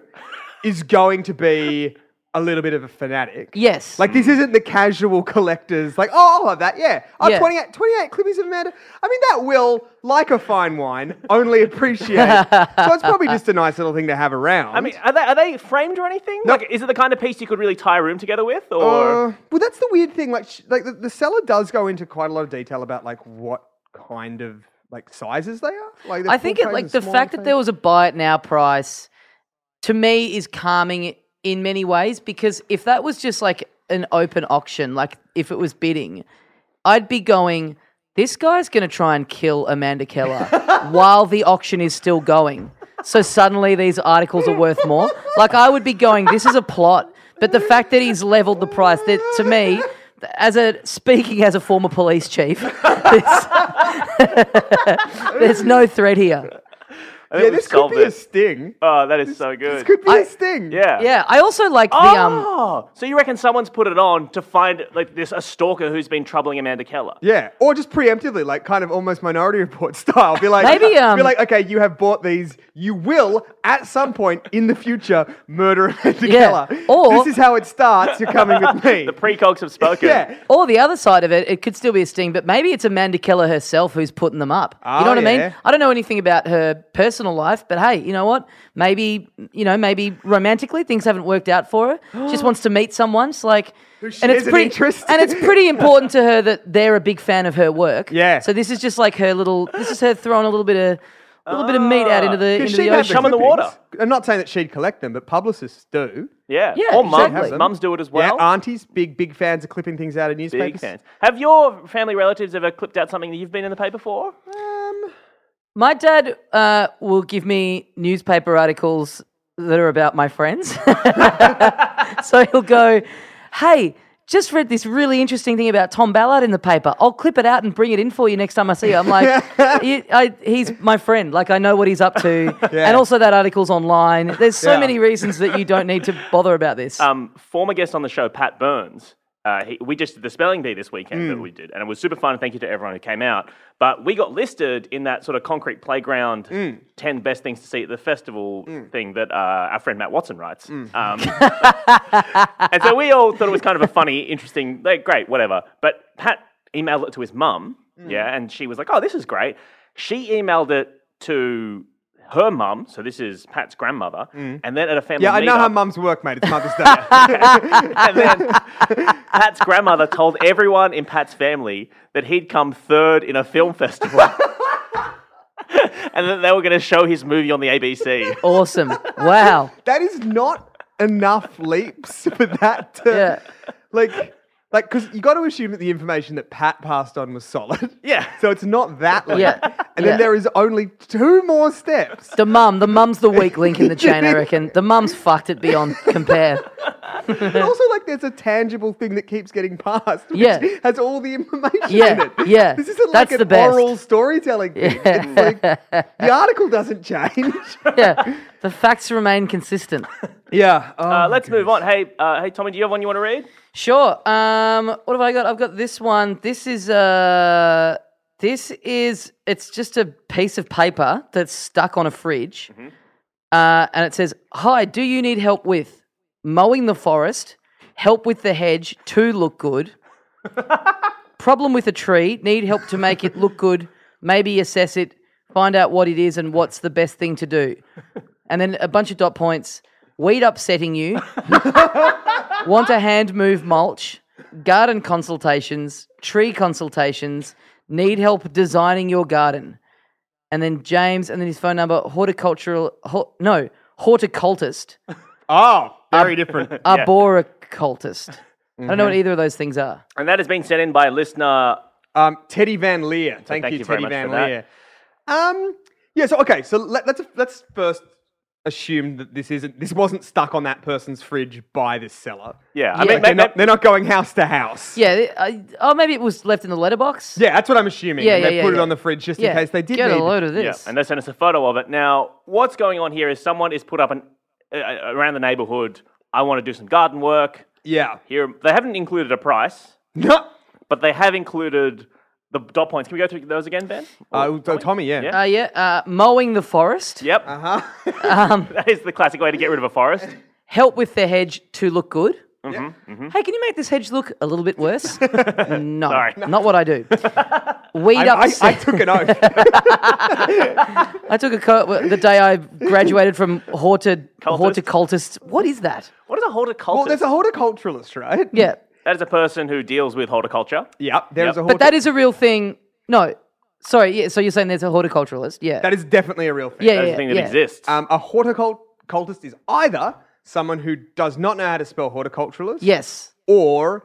[SPEAKER 1] is going to be a little bit of a fanatic.
[SPEAKER 3] Yes.
[SPEAKER 1] Like this isn't the casual collectors. Like, oh, I'll have that. Yeah. Oh,
[SPEAKER 3] Yeah.
[SPEAKER 1] 28, 28 Clippies of Amanda. I mean, that will, like a fine wine, only appreciate. so it's probably just a nice little thing to have around.
[SPEAKER 2] I mean, are they, are they framed or anything?
[SPEAKER 1] No.
[SPEAKER 2] Like, is it the kind of piece you could really tie a room together with? Or
[SPEAKER 1] Uh, well, that's the weird thing. Like, sh- like the, the seller does go into quite a lot of detail about like what kind of like sizes they are. Like, they're
[SPEAKER 3] I
[SPEAKER 1] full
[SPEAKER 3] think it
[SPEAKER 1] frames
[SPEAKER 3] like
[SPEAKER 1] and
[SPEAKER 3] the
[SPEAKER 1] small
[SPEAKER 3] fact that
[SPEAKER 1] frames.
[SPEAKER 3] there was a buy it now price to me is calming in many ways because if that was just like an open auction, like if it was bidding, I'd be going, this guy's going to try and kill Amanda Keller while the auction is still going. So suddenly these articles are worth more. Like I would be going, this is a plot. But the fact that he's leveled the price, that to me, as a speaking as a former police chief, [LAUGHS] there's, there's no threat here.
[SPEAKER 2] I think
[SPEAKER 1] yeah,
[SPEAKER 2] we've
[SPEAKER 1] this could
[SPEAKER 2] solved
[SPEAKER 1] be a
[SPEAKER 2] it.
[SPEAKER 1] sting.
[SPEAKER 2] Oh, that is so
[SPEAKER 1] This
[SPEAKER 2] good.
[SPEAKER 1] could be
[SPEAKER 3] I-
[SPEAKER 1] a sting.
[SPEAKER 2] yeah.
[SPEAKER 3] Yeah, I also like the um.
[SPEAKER 2] Oh, so you reckon someone's put it on to find like this a stalker who's been troubling Amanda Keller?
[SPEAKER 1] Yeah, or just preemptively, like kind of almost Minority Report [LAUGHS] style. Be like,
[SPEAKER 3] Maybe, um,
[SPEAKER 1] be like, okay, you have bought these. You will at some point in the future murder Amanda
[SPEAKER 3] Yeah,
[SPEAKER 1] Keller.
[SPEAKER 3] or-
[SPEAKER 1] this is how it starts. You're coming with
[SPEAKER 3] [LAUGHS]
[SPEAKER 1] me.
[SPEAKER 2] The precogs have spoken.
[SPEAKER 1] yeah,
[SPEAKER 3] Or the other side of it, it could still be a sting, but maybe it's Amanda Keller herself who's putting them up. you know
[SPEAKER 1] Oh,
[SPEAKER 3] what I
[SPEAKER 1] yeah.
[SPEAKER 3] mean? I don't know anything about her personal life, but hey, you know what? Maybe you know, maybe romantically things haven't worked out for her. She
[SPEAKER 1] [GASPS]
[SPEAKER 3] just wants to meet someone. It's like, and
[SPEAKER 1] shares
[SPEAKER 3] it's
[SPEAKER 1] an
[SPEAKER 3] pretty,
[SPEAKER 1] interest.
[SPEAKER 3] and
[SPEAKER 1] [LAUGHS]
[SPEAKER 3] it's pretty important to her that they're a big fan of her work.
[SPEAKER 1] Yeah.
[SPEAKER 3] So this is just like her little. This is her throwing a little bit of a little bit of meat out into the into
[SPEAKER 1] she'd
[SPEAKER 3] the
[SPEAKER 1] have
[SPEAKER 3] ocean.
[SPEAKER 2] Chum in the
[SPEAKER 1] clippings.
[SPEAKER 2] water.
[SPEAKER 1] I'm not saying that she'd collect them, but publicists do.
[SPEAKER 2] yeah.
[SPEAKER 3] Yeah,
[SPEAKER 2] or mums,
[SPEAKER 3] exactly.
[SPEAKER 2] mums do it as well.
[SPEAKER 1] yeah, aunties, big big fans of clipping things out of newspapers.
[SPEAKER 2] Big fans. Have your family relatives ever clipped out something that you've been in the paper for?
[SPEAKER 3] My dad uh, will give me newspaper articles that are about my friends. [LAUGHS] so he'll go, hey, just read this really interesting thing about Tom Ballard in the paper. I'll clip it out and bring it in for you next time I see you. I'm like, "You- I, he's my friend. Like, I know what he's up to. And also, that article's online. There's so
[SPEAKER 1] Yeah.
[SPEAKER 3] many reasons that you don't need to bother about this.
[SPEAKER 2] um, former guest on the show, Pat Burns. Uh, he, we just did the spelling bee this weekend that
[SPEAKER 1] Hmm.
[SPEAKER 2] we did, and it was super fun. Thank you to everyone who came out. But we got listed in that sort of concrete playground
[SPEAKER 1] Hmm.
[SPEAKER 2] 10 best things to see at the festival thing that uh, our friend Matt Watson writes.
[SPEAKER 1] Hmm. [LAUGHS]
[SPEAKER 2] Um, and so we all thought it was kind of a funny, interesting, like, great, whatever. But Pat emailed it to his mum,
[SPEAKER 1] Hmm.
[SPEAKER 2] yeah, and she was like, oh, this is great. She emailed it to her mum, so this is Pat's grandmother, and then at a family
[SPEAKER 1] Hmm. Yeah, I know
[SPEAKER 2] meetup-
[SPEAKER 1] how mum's work, mate. It's
[SPEAKER 3] [LAUGHS]
[SPEAKER 1] Mother's Day.
[SPEAKER 2] and then Pat's grandmother told everyone in Pat's family that he'd come third in a film festival. [LAUGHS] and that they were going to show his movie on the ABC.
[SPEAKER 3] awesome. Wow.
[SPEAKER 1] that is not enough leaps [LAUGHS] for that to
[SPEAKER 3] Yeah.
[SPEAKER 1] like like because you got to assume that the information that Pat passed on was solid.
[SPEAKER 2] [LAUGHS] Yeah.
[SPEAKER 1] So it's not that leap.
[SPEAKER 3] Yeah,
[SPEAKER 1] And
[SPEAKER 3] yeah.
[SPEAKER 1] then there is only two more
[SPEAKER 3] [LAUGHS]
[SPEAKER 1] steps.
[SPEAKER 3] The mum, the mum's the weak link in the chain, I reckon. The mum's fucked it beyond compare.
[SPEAKER 1] But also like there's a tangible thing that keeps getting passed, which
[SPEAKER 3] Yeah.
[SPEAKER 1] has all the information in
[SPEAKER 3] Yeah,
[SPEAKER 1] it.
[SPEAKER 3] yeah.
[SPEAKER 1] This isn't
[SPEAKER 3] That's
[SPEAKER 1] like
[SPEAKER 3] the
[SPEAKER 1] an
[SPEAKER 3] best.
[SPEAKER 1] oral storytelling thing. It's like the article doesn't
[SPEAKER 2] [LAUGHS]
[SPEAKER 1] change.
[SPEAKER 3] yeah, the facts remain consistent.
[SPEAKER 1] Yeah. Oh,
[SPEAKER 2] Uh, let's move on. Hey, uh, hey, Tommy, do you have one you want to read?
[SPEAKER 3] Sure. Um, what have I got? I've got this one. This is uh, this is it's just a piece of paper that's stuck on a fridge, uh, and it says, "Hi, do you need help with mowing the forest? Help with the hedge to look good. Problem with a tree? Need help to make it look good? Maybe assess it, find out what it is, and what's the best thing to do." And then a bunch of dot points. Weed upsetting you. Want a hand move mulch, garden consultations, tree consultations, need help designing your garden. And then James, and then his phone number, horticultural, hor- no,
[SPEAKER 1] [LAUGHS]
[SPEAKER 3] horticultist,
[SPEAKER 1] Oh, very different.
[SPEAKER 3] arboricultist. I don't know
[SPEAKER 1] Mm-hmm.
[SPEAKER 3] what either of those things are.
[SPEAKER 2] And that has been sent in by listener.
[SPEAKER 1] Um, Teddy Van Leer. Thank,
[SPEAKER 2] thank
[SPEAKER 1] you,
[SPEAKER 2] you very
[SPEAKER 1] Teddy
[SPEAKER 2] much
[SPEAKER 1] Van
[SPEAKER 2] for that.
[SPEAKER 1] Leer. Um, yeah. So okay. So let, let's let's first assume that this isn't this wasn't stuck on that person's fridge by this seller.
[SPEAKER 2] Yeah,
[SPEAKER 1] Like,
[SPEAKER 2] I mean,
[SPEAKER 1] they're,
[SPEAKER 2] ma-
[SPEAKER 1] not,
[SPEAKER 2] ma-
[SPEAKER 1] they're not going house to house.
[SPEAKER 3] Yeah. I, oh, maybe it was left in the letterbox.
[SPEAKER 1] Yeah, that's what I'm assuming.
[SPEAKER 3] Yeah,
[SPEAKER 1] And they
[SPEAKER 3] yeah, yeah,
[SPEAKER 1] put it
[SPEAKER 3] yeah.
[SPEAKER 1] on the fridge just in case they did
[SPEAKER 3] Get
[SPEAKER 1] need.
[SPEAKER 3] a load of
[SPEAKER 2] Yeah,
[SPEAKER 3] this.
[SPEAKER 2] and they sent us a photo of it. Now, what's going on here is someone is put up an, uh, uh, around the neighborhood. I want to do some garden work.
[SPEAKER 3] [LAUGHS]
[SPEAKER 1] yeah. [LAUGHS]
[SPEAKER 2] Here, they haven't included a price,
[SPEAKER 1] No. Uh,
[SPEAKER 2] but they have included the dot points. Can we go through those again, Ben?
[SPEAKER 1] Uh, so Tommy. Yeah.
[SPEAKER 2] Yeah.
[SPEAKER 3] uh, yeah. Uh, mowing the forest.
[SPEAKER 2] Yep. Um,
[SPEAKER 1] Uh huh.
[SPEAKER 2] [LAUGHS] That is the classic way to get rid of a forest.
[SPEAKER 3] help with their hedge to look good.
[SPEAKER 2] Mm-hmm,
[SPEAKER 3] Hey, can you make this hedge look a little
[SPEAKER 1] [LAUGHS]
[SPEAKER 3] bit worse? no,
[SPEAKER 2] Sorry.
[SPEAKER 3] not what I do. Weed
[SPEAKER 1] I,
[SPEAKER 3] up.
[SPEAKER 1] I, I
[SPEAKER 3] se-
[SPEAKER 1] took an
[SPEAKER 3] [LAUGHS]
[SPEAKER 1] oath.
[SPEAKER 3] I took a co- the day I graduated from horti-
[SPEAKER 2] Cultist.
[SPEAKER 3] horticultist. What is that?
[SPEAKER 2] What is a horticulturist?
[SPEAKER 1] well, there's a horticulturalist, right?
[SPEAKER 3] Yeah,
[SPEAKER 2] that is a person who deals with horticulture.
[SPEAKER 1] Yep. There's
[SPEAKER 2] Yep.
[SPEAKER 1] a horticulturalist.
[SPEAKER 3] but that is a real thing. No, sorry. Yeah, so you're saying there's a horticulturalist? Yeah,
[SPEAKER 1] that is definitely a real thing.
[SPEAKER 3] yeah,
[SPEAKER 2] That is
[SPEAKER 3] yeah,
[SPEAKER 2] a thing that
[SPEAKER 3] yeah.
[SPEAKER 2] exists.
[SPEAKER 1] Um, a horticulturist is either someone who does not know how to spell horticulturalist
[SPEAKER 3] Yes,
[SPEAKER 1] or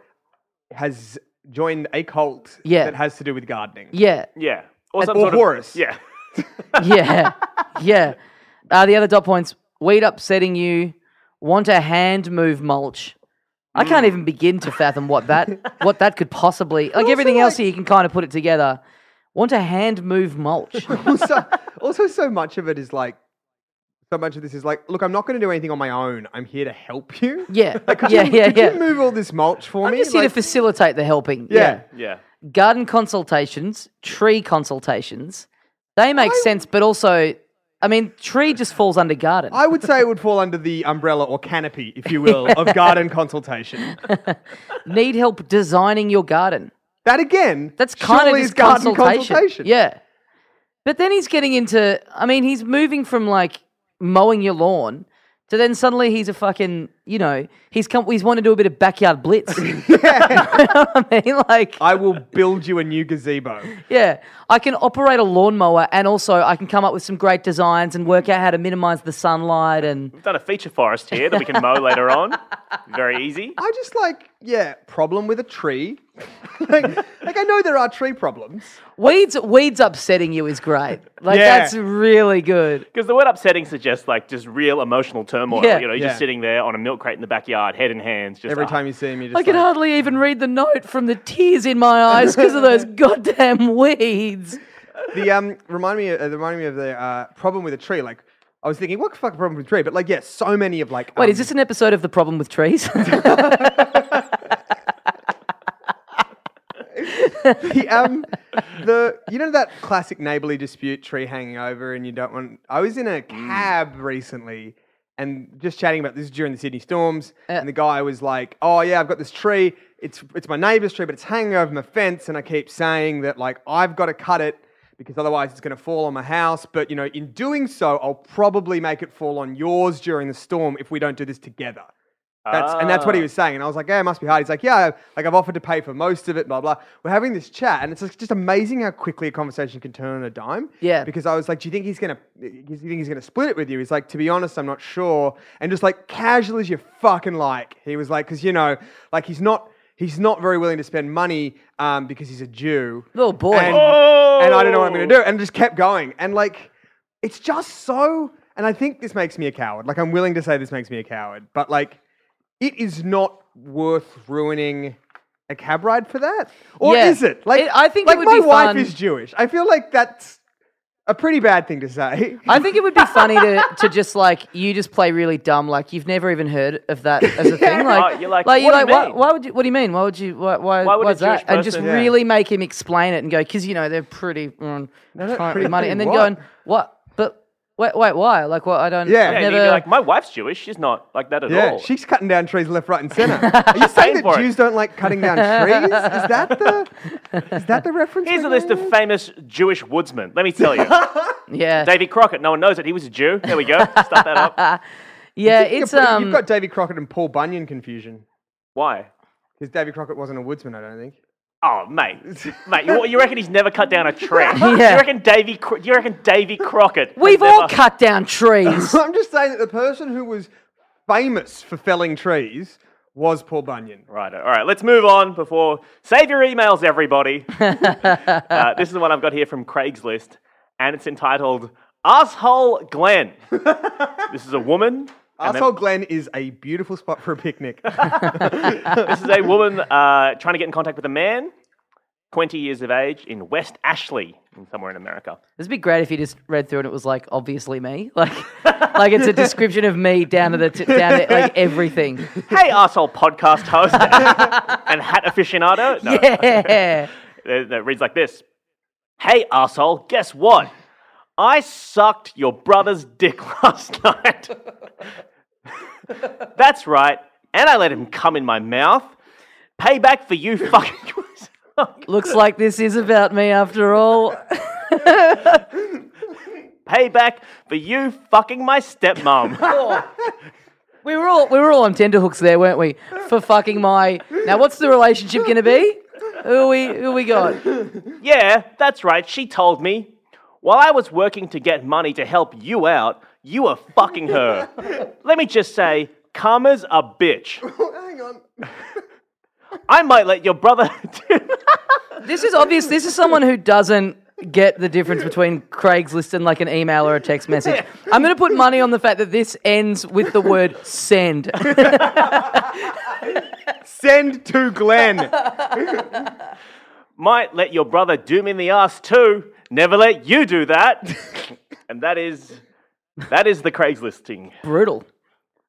[SPEAKER 1] has joined a cult
[SPEAKER 3] Yeah.
[SPEAKER 1] that has to do with gardening.
[SPEAKER 3] yeah,
[SPEAKER 2] yeah. Or some
[SPEAKER 1] or
[SPEAKER 2] sort of
[SPEAKER 1] Horus.
[SPEAKER 2] Yeah.
[SPEAKER 3] yeah, [LAUGHS] yeah. Uh, the other dot points: weed upsetting you, want a hand move mulch. I can't even begin to fathom what that
[SPEAKER 1] [LAUGHS]
[SPEAKER 3] what that could possibly like. Everything else
[SPEAKER 1] like-
[SPEAKER 3] here, you can kind of put it together. Want a hand
[SPEAKER 1] [LAUGHS]
[SPEAKER 3] move mulch?
[SPEAKER 1] [LAUGHS]
[SPEAKER 3] [LAUGHS]
[SPEAKER 1] also, also, so much of it is like, so much of this is like, look, I'm not going to do anything on my own. I'm here to help you.
[SPEAKER 3] [LAUGHS] Yeah,
[SPEAKER 1] Like, [LAUGHS] could
[SPEAKER 3] yeah,
[SPEAKER 1] you,
[SPEAKER 3] yeah,
[SPEAKER 1] could
[SPEAKER 3] yeah.
[SPEAKER 1] you move all this mulch for
[SPEAKER 3] I'm
[SPEAKER 1] me?
[SPEAKER 3] just here
[SPEAKER 1] Like,
[SPEAKER 3] to facilitate the helping.
[SPEAKER 1] yeah.
[SPEAKER 2] Yeah.
[SPEAKER 3] garden consultations, tree consultations. They make sense, but also, I mean, tree just falls under garden.
[SPEAKER 1] I would say it would fall under the umbrella or canopy, if you will,
[SPEAKER 3] [LAUGHS]
[SPEAKER 1] of garden consultation.
[SPEAKER 3] Need help designing your garden.
[SPEAKER 1] That again,
[SPEAKER 3] That's kind of
[SPEAKER 1] surely
[SPEAKER 3] just
[SPEAKER 1] is garden
[SPEAKER 3] consultation.
[SPEAKER 1] consultation.
[SPEAKER 3] Yeah. But then he's getting into, I mean, he's moving from like mowing your lawn to then suddenly he's a fucking, you know, he's come, he's wanting to do a bit of backyard blitz.
[SPEAKER 1] [LAUGHS]
[SPEAKER 3] [LAUGHS] I mean, like,
[SPEAKER 1] I will build you a new gazebo.
[SPEAKER 3] yeah, I can operate a lawnmower and also I can come up with some great designs and work out how to minimize the sunlight and
[SPEAKER 2] We've done a feature forest here that we
[SPEAKER 1] [LAUGHS]
[SPEAKER 2] can mow later on. Very easy.
[SPEAKER 1] I just like, yeah, problem with a tree. [LAUGHS] like, like, I know there are tree problems.
[SPEAKER 3] Weeds, weeds upsetting you is great. Like
[SPEAKER 1] Yeah.
[SPEAKER 3] that's really good.
[SPEAKER 2] Because the word upsetting suggests like just real emotional turmoil.
[SPEAKER 3] Yeah.
[SPEAKER 2] You know, you're
[SPEAKER 1] Yeah.
[SPEAKER 2] just sitting there on a milk crate in the backyard, head in hands. Just
[SPEAKER 1] Every
[SPEAKER 2] ah.
[SPEAKER 1] time you see me, just
[SPEAKER 3] I can
[SPEAKER 1] like,
[SPEAKER 3] hardly even read the note from the tears in my eyes because
[SPEAKER 1] [LAUGHS]
[SPEAKER 3] of those goddamn weeds.
[SPEAKER 1] the um remind me uh, remind me of the uh, problem with a tree. Like I was thinking, what the fuck problem with a tree? But like, yeah, so many of like.
[SPEAKER 3] Wait,
[SPEAKER 1] um,
[SPEAKER 3] is this an episode of The Problem with Trees? [LAUGHS]
[SPEAKER 1] the um the you know that classic neighborly dispute, tree hanging over, and you don't want. I was in a cab recently. And just chatting about this is during the Sydney storms, and the guy was like, "Oh yeah, I've got this tree. It's it's my neighbour's tree, but it's hanging over my fence, and I keep saying that like I've got to cut it because otherwise it's going to fall on my house. But you know, in doing so, I'll probably make it fall on yours during the storm if we don't do this together." That's, And that's what he
[SPEAKER 3] Uh.
[SPEAKER 2] Ah.
[SPEAKER 1] was saying. And I was like, yeah, it must be hard. He's like, yeah, like I've offered to pay for most of it, blah, blah. We're having this chat. And it's like, just amazing how quickly a conversation can turn on a dime.
[SPEAKER 3] Yeah.
[SPEAKER 1] Because I was like, do you think he's going to, do you think he's going to split it with you? He's like, to be honest, I'm not sure. And just like casual as you fucking like, he was like, because, you know, like he's not, he's not very willing to spend money um, because he's a Jew.
[SPEAKER 3] Oh, boy.
[SPEAKER 1] And,
[SPEAKER 2] Oh!
[SPEAKER 1] and I don't know what I'm going to do. And just kept going. And like, it's just so. And I think this makes me a coward. Like, I'm willing to say this makes me a coward, but like, it is not worth ruining a cab ride for that. Or
[SPEAKER 3] Yeah.
[SPEAKER 1] is it? Like,
[SPEAKER 3] It- I think
[SPEAKER 1] like
[SPEAKER 3] it would
[SPEAKER 1] my
[SPEAKER 3] be
[SPEAKER 1] wife
[SPEAKER 3] fun.
[SPEAKER 1] is Jewish. I feel like that's a pretty bad thing to say.
[SPEAKER 3] I think it would be funny to, to just like you just play really dumb, like you've never even heard of that as a
[SPEAKER 2] [LAUGHS]
[SPEAKER 3] thing. Like,
[SPEAKER 2] Oh, you're like, what do you
[SPEAKER 3] why,
[SPEAKER 2] mean?
[SPEAKER 3] why would you? What do you mean? Why would you? Why? Why,
[SPEAKER 2] Why would
[SPEAKER 3] why's
[SPEAKER 2] a Jewish
[SPEAKER 3] that? and just
[SPEAKER 2] person- Yeah.
[SPEAKER 3] really make him explain it and go because you know they're pretty mm,
[SPEAKER 1] they're
[SPEAKER 3] tight
[SPEAKER 1] pretty-
[SPEAKER 3] with money, and then
[SPEAKER 1] what?
[SPEAKER 3] going what? But wait, wait, why? Like, what? I don't.
[SPEAKER 1] Yeah.
[SPEAKER 3] I've
[SPEAKER 2] Yeah, and
[SPEAKER 3] never.
[SPEAKER 2] you'd be like, my wife's Jewish. She's not like that at
[SPEAKER 1] [LAUGHS] yeah,
[SPEAKER 2] all.
[SPEAKER 1] she's cutting down trees left, right, and
[SPEAKER 3] [LAUGHS]
[SPEAKER 1] center. Are you saying
[SPEAKER 2] for
[SPEAKER 1] that
[SPEAKER 2] it.
[SPEAKER 1] Jews don't like cutting down trees? Is that the is that the reference?
[SPEAKER 2] Here's
[SPEAKER 1] we're
[SPEAKER 2] a list
[SPEAKER 1] going
[SPEAKER 2] of
[SPEAKER 1] with?
[SPEAKER 2] famous Jewish woodsmen. Let me tell
[SPEAKER 1] [LAUGHS]
[SPEAKER 2] you.
[SPEAKER 3] yeah,
[SPEAKER 2] Davy Crockett, no one knows it. He was a Jew. There we go. Start that up.
[SPEAKER 3] yeah.
[SPEAKER 1] You're
[SPEAKER 3] It's
[SPEAKER 1] putting-
[SPEAKER 3] um.
[SPEAKER 1] you've got Davy Crockett and Paul Bunyan confusion.
[SPEAKER 2] Why?
[SPEAKER 1] Because Davy Crockett wasn't a woodsman, I don't think.
[SPEAKER 2] Oh, mate. Mate, you, you reckon he's never cut down a tree? Do
[SPEAKER 3] [LAUGHS] Yeah.
[SPEAKER 2] you reckon Davy, Cro- do you reckon Davy Crockett? has
[SPEAKER 3] We've all
[SPEAKER 2] never-
[SPEAKER 3] cut
[SPEAKER 2] [LAUGHS]
[SPEAKER 3] down
[SPEAKER 1] [LAUGHS]
[SPEAKER 3] trees.
[SPEAKER 1] I'm just saying that the person who was famous for felling trees was Paul Bunyan.
[SPEAKER 2] Right, all right, let's move on before. Save your emails,
[SPEAKER 3] [LAUGHS]
[SPEAKER 2] everybody. uh, this is the one I've got here from Craigslist, and it's entitled Asshole
[SPEAKER 3] [LAUGHS]
[SPEAKER 2] Glenn. this is a woman. and then-
[SPEAKER 1] Asshole Glen is a beautiful spot for a picnic.
[SPEAKER 2] This is a woman uh, trying to get in contact with a man, 20 years of age, in West Ashley, in somewhere in
[SPEAKER 3] [LAUGHS]
[SPEAKER 2] America.
[SPEAKER 3] It'd be great if you just read through and it was like obviously me, [LAUGHS] like like it's a description of me down to the t- down to like everything. [LAUGHS]
[SPEAKER 2] Hey, asshole podcast host and hat aficionado. No,
[SPEAKER 3] Yeah,
[SPEAKER 2] that, that reads like this Hey, asshole, guess [LAUGHS] what? I sucked your brother's dick last night. [LAUGHS] That's right. And I let him come in my mouth. Payback for you fucking. [LAUGHS]
[SPEAKER 3] Looks like this is about me after all.
[SPEAKER 2] Payback for you fucking my stepmom.
[SPEAKER 3] we were all we were all on tenterhooks there, weren't we? For fucking my. Now, what's the relationship going to be? Who we who we got?
[SPEAKER 2] yeah, that's right. She told me. While I was working to get money to help you out, you were fucking her. let me just say, karma's a bitch.
[SPEAKER 1] Hang on.
[SPEAKER 2] I might let your brother. [LAUGHS]
[SPEAKER 3] This is obvious. This is someone who doesn't get the difference between Craigslist and like an email or a text message. I'm going to put money on the fact that this ends with the word send.
[SPEAKER 1] Send to Glenn.
[SPEAKER 2] might let your brother doom in the ass too. Never let you do
[SPEAKER 3] [LAUGHS]
[SPEAKER 2] that. and that is that is the Craigslisting.
[SPEAKER 3] Brutal.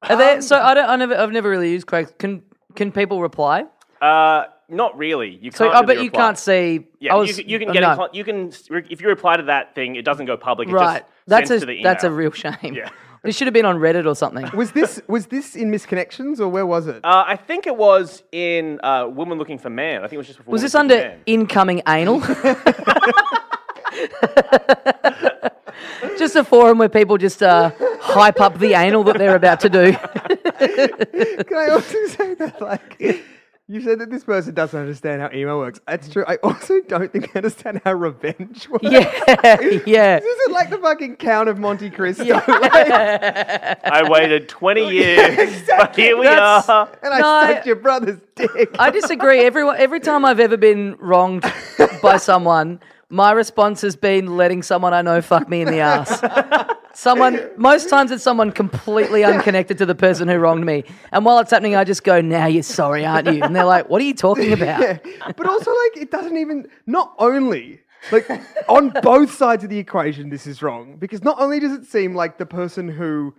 [SPEAKER 3] Are there, so I don't. I never. I've never really used Craigslist. Can can people reply?
[SPEAKER 2] Uh, not really. You
[SPEAKER 3] So,
[SPEAKER 2] can't.
[SPEAKER 3] oh,
[SPEAKER 2] really
[SPEAKER 3] but you
[SPEAKER 2] reply.
[SPEAKER 3] can't see.
[SPEAKER 2] Yeah,
[SPEAKER 3] I
[SPEAKER 2] you
[SPEAKER 3] was-
[SPEAKER 2] c- you, can
[SPEAKER 3] oh,
[SPEAKER 2] get
[SPEAKER 3] no.
[SPEAKER 2] a con- you can s- re- if you reply to that thing, it doesn't go public. It
[SPEAKER 3] right.
[SPEAKER 2] just
[SPEAKER 3] That's
[SPEAKER 2] sends
[SPEAKER 3] a
[SPEAKER 2] to the
[SPEAKER 3] that's a
[SPEAKER 2] email.
[SPEAKER 3] real shame.
[SPEAKER 2] Yeah.
[SPEAKER 3] This should have been on Reddit or
[SPEAKER 2] [LAUGHS]
[SPEAKER 3] something.
[SPEAKER 1] Was this was this in Misconnections or where was it?
[SPEAKER 2] Uh, I think it was in uh, Woman Looking for Man. I think it was just for
[SPEAKER 3] Was this under incoming
[SPEAKER 2] [LAUGHS]
[SPEAKER 3] anal? [LAUGHS] just a forum where people just uh, hype up the anal that they're about to do. [LAUGHS]
[SPEAKER 1] Can I also [LAUGHS] say that, like, you said that this person doesn't understand how email works. That's true. I also don't think I understand how revenge works.
[SPEAKER 3] yeah, yeah.
[SPEAKER 1] This isn't like the fucking Count of Monte Cristo.
[SPEAKER 2] I waited
[SPEAKER 3] [LAUGHS]
[SPEAKER 2] 20 years, but here we
[SPEAKER 3] That's-
[SPEAKER 2] are.
[SPEAKER 1] [LAUGHS] and I
[SPEAKER 3] No,
[SPEAKER 1] sucked your brother's dick.
[SPEAKER 3] I disagree. Everyone, every time I've ever been wronged by someone, my response has been letting someone I know fuck me in the ass. Someone, most times it's someone completely unconnected to the person who wronged me. And while it's happening, I just go, "Now you're sorry, aren't you?" And they're like, "What are you talking about?"
[SPEAKER 1] [LAUGHS] but also, like, it doesn't even, not only, like,
[SPEAKER 3] [LAUGHS]
[SPEAKER 1] on both sides of the equation, this is wrong. Because not only does it seem like the person who,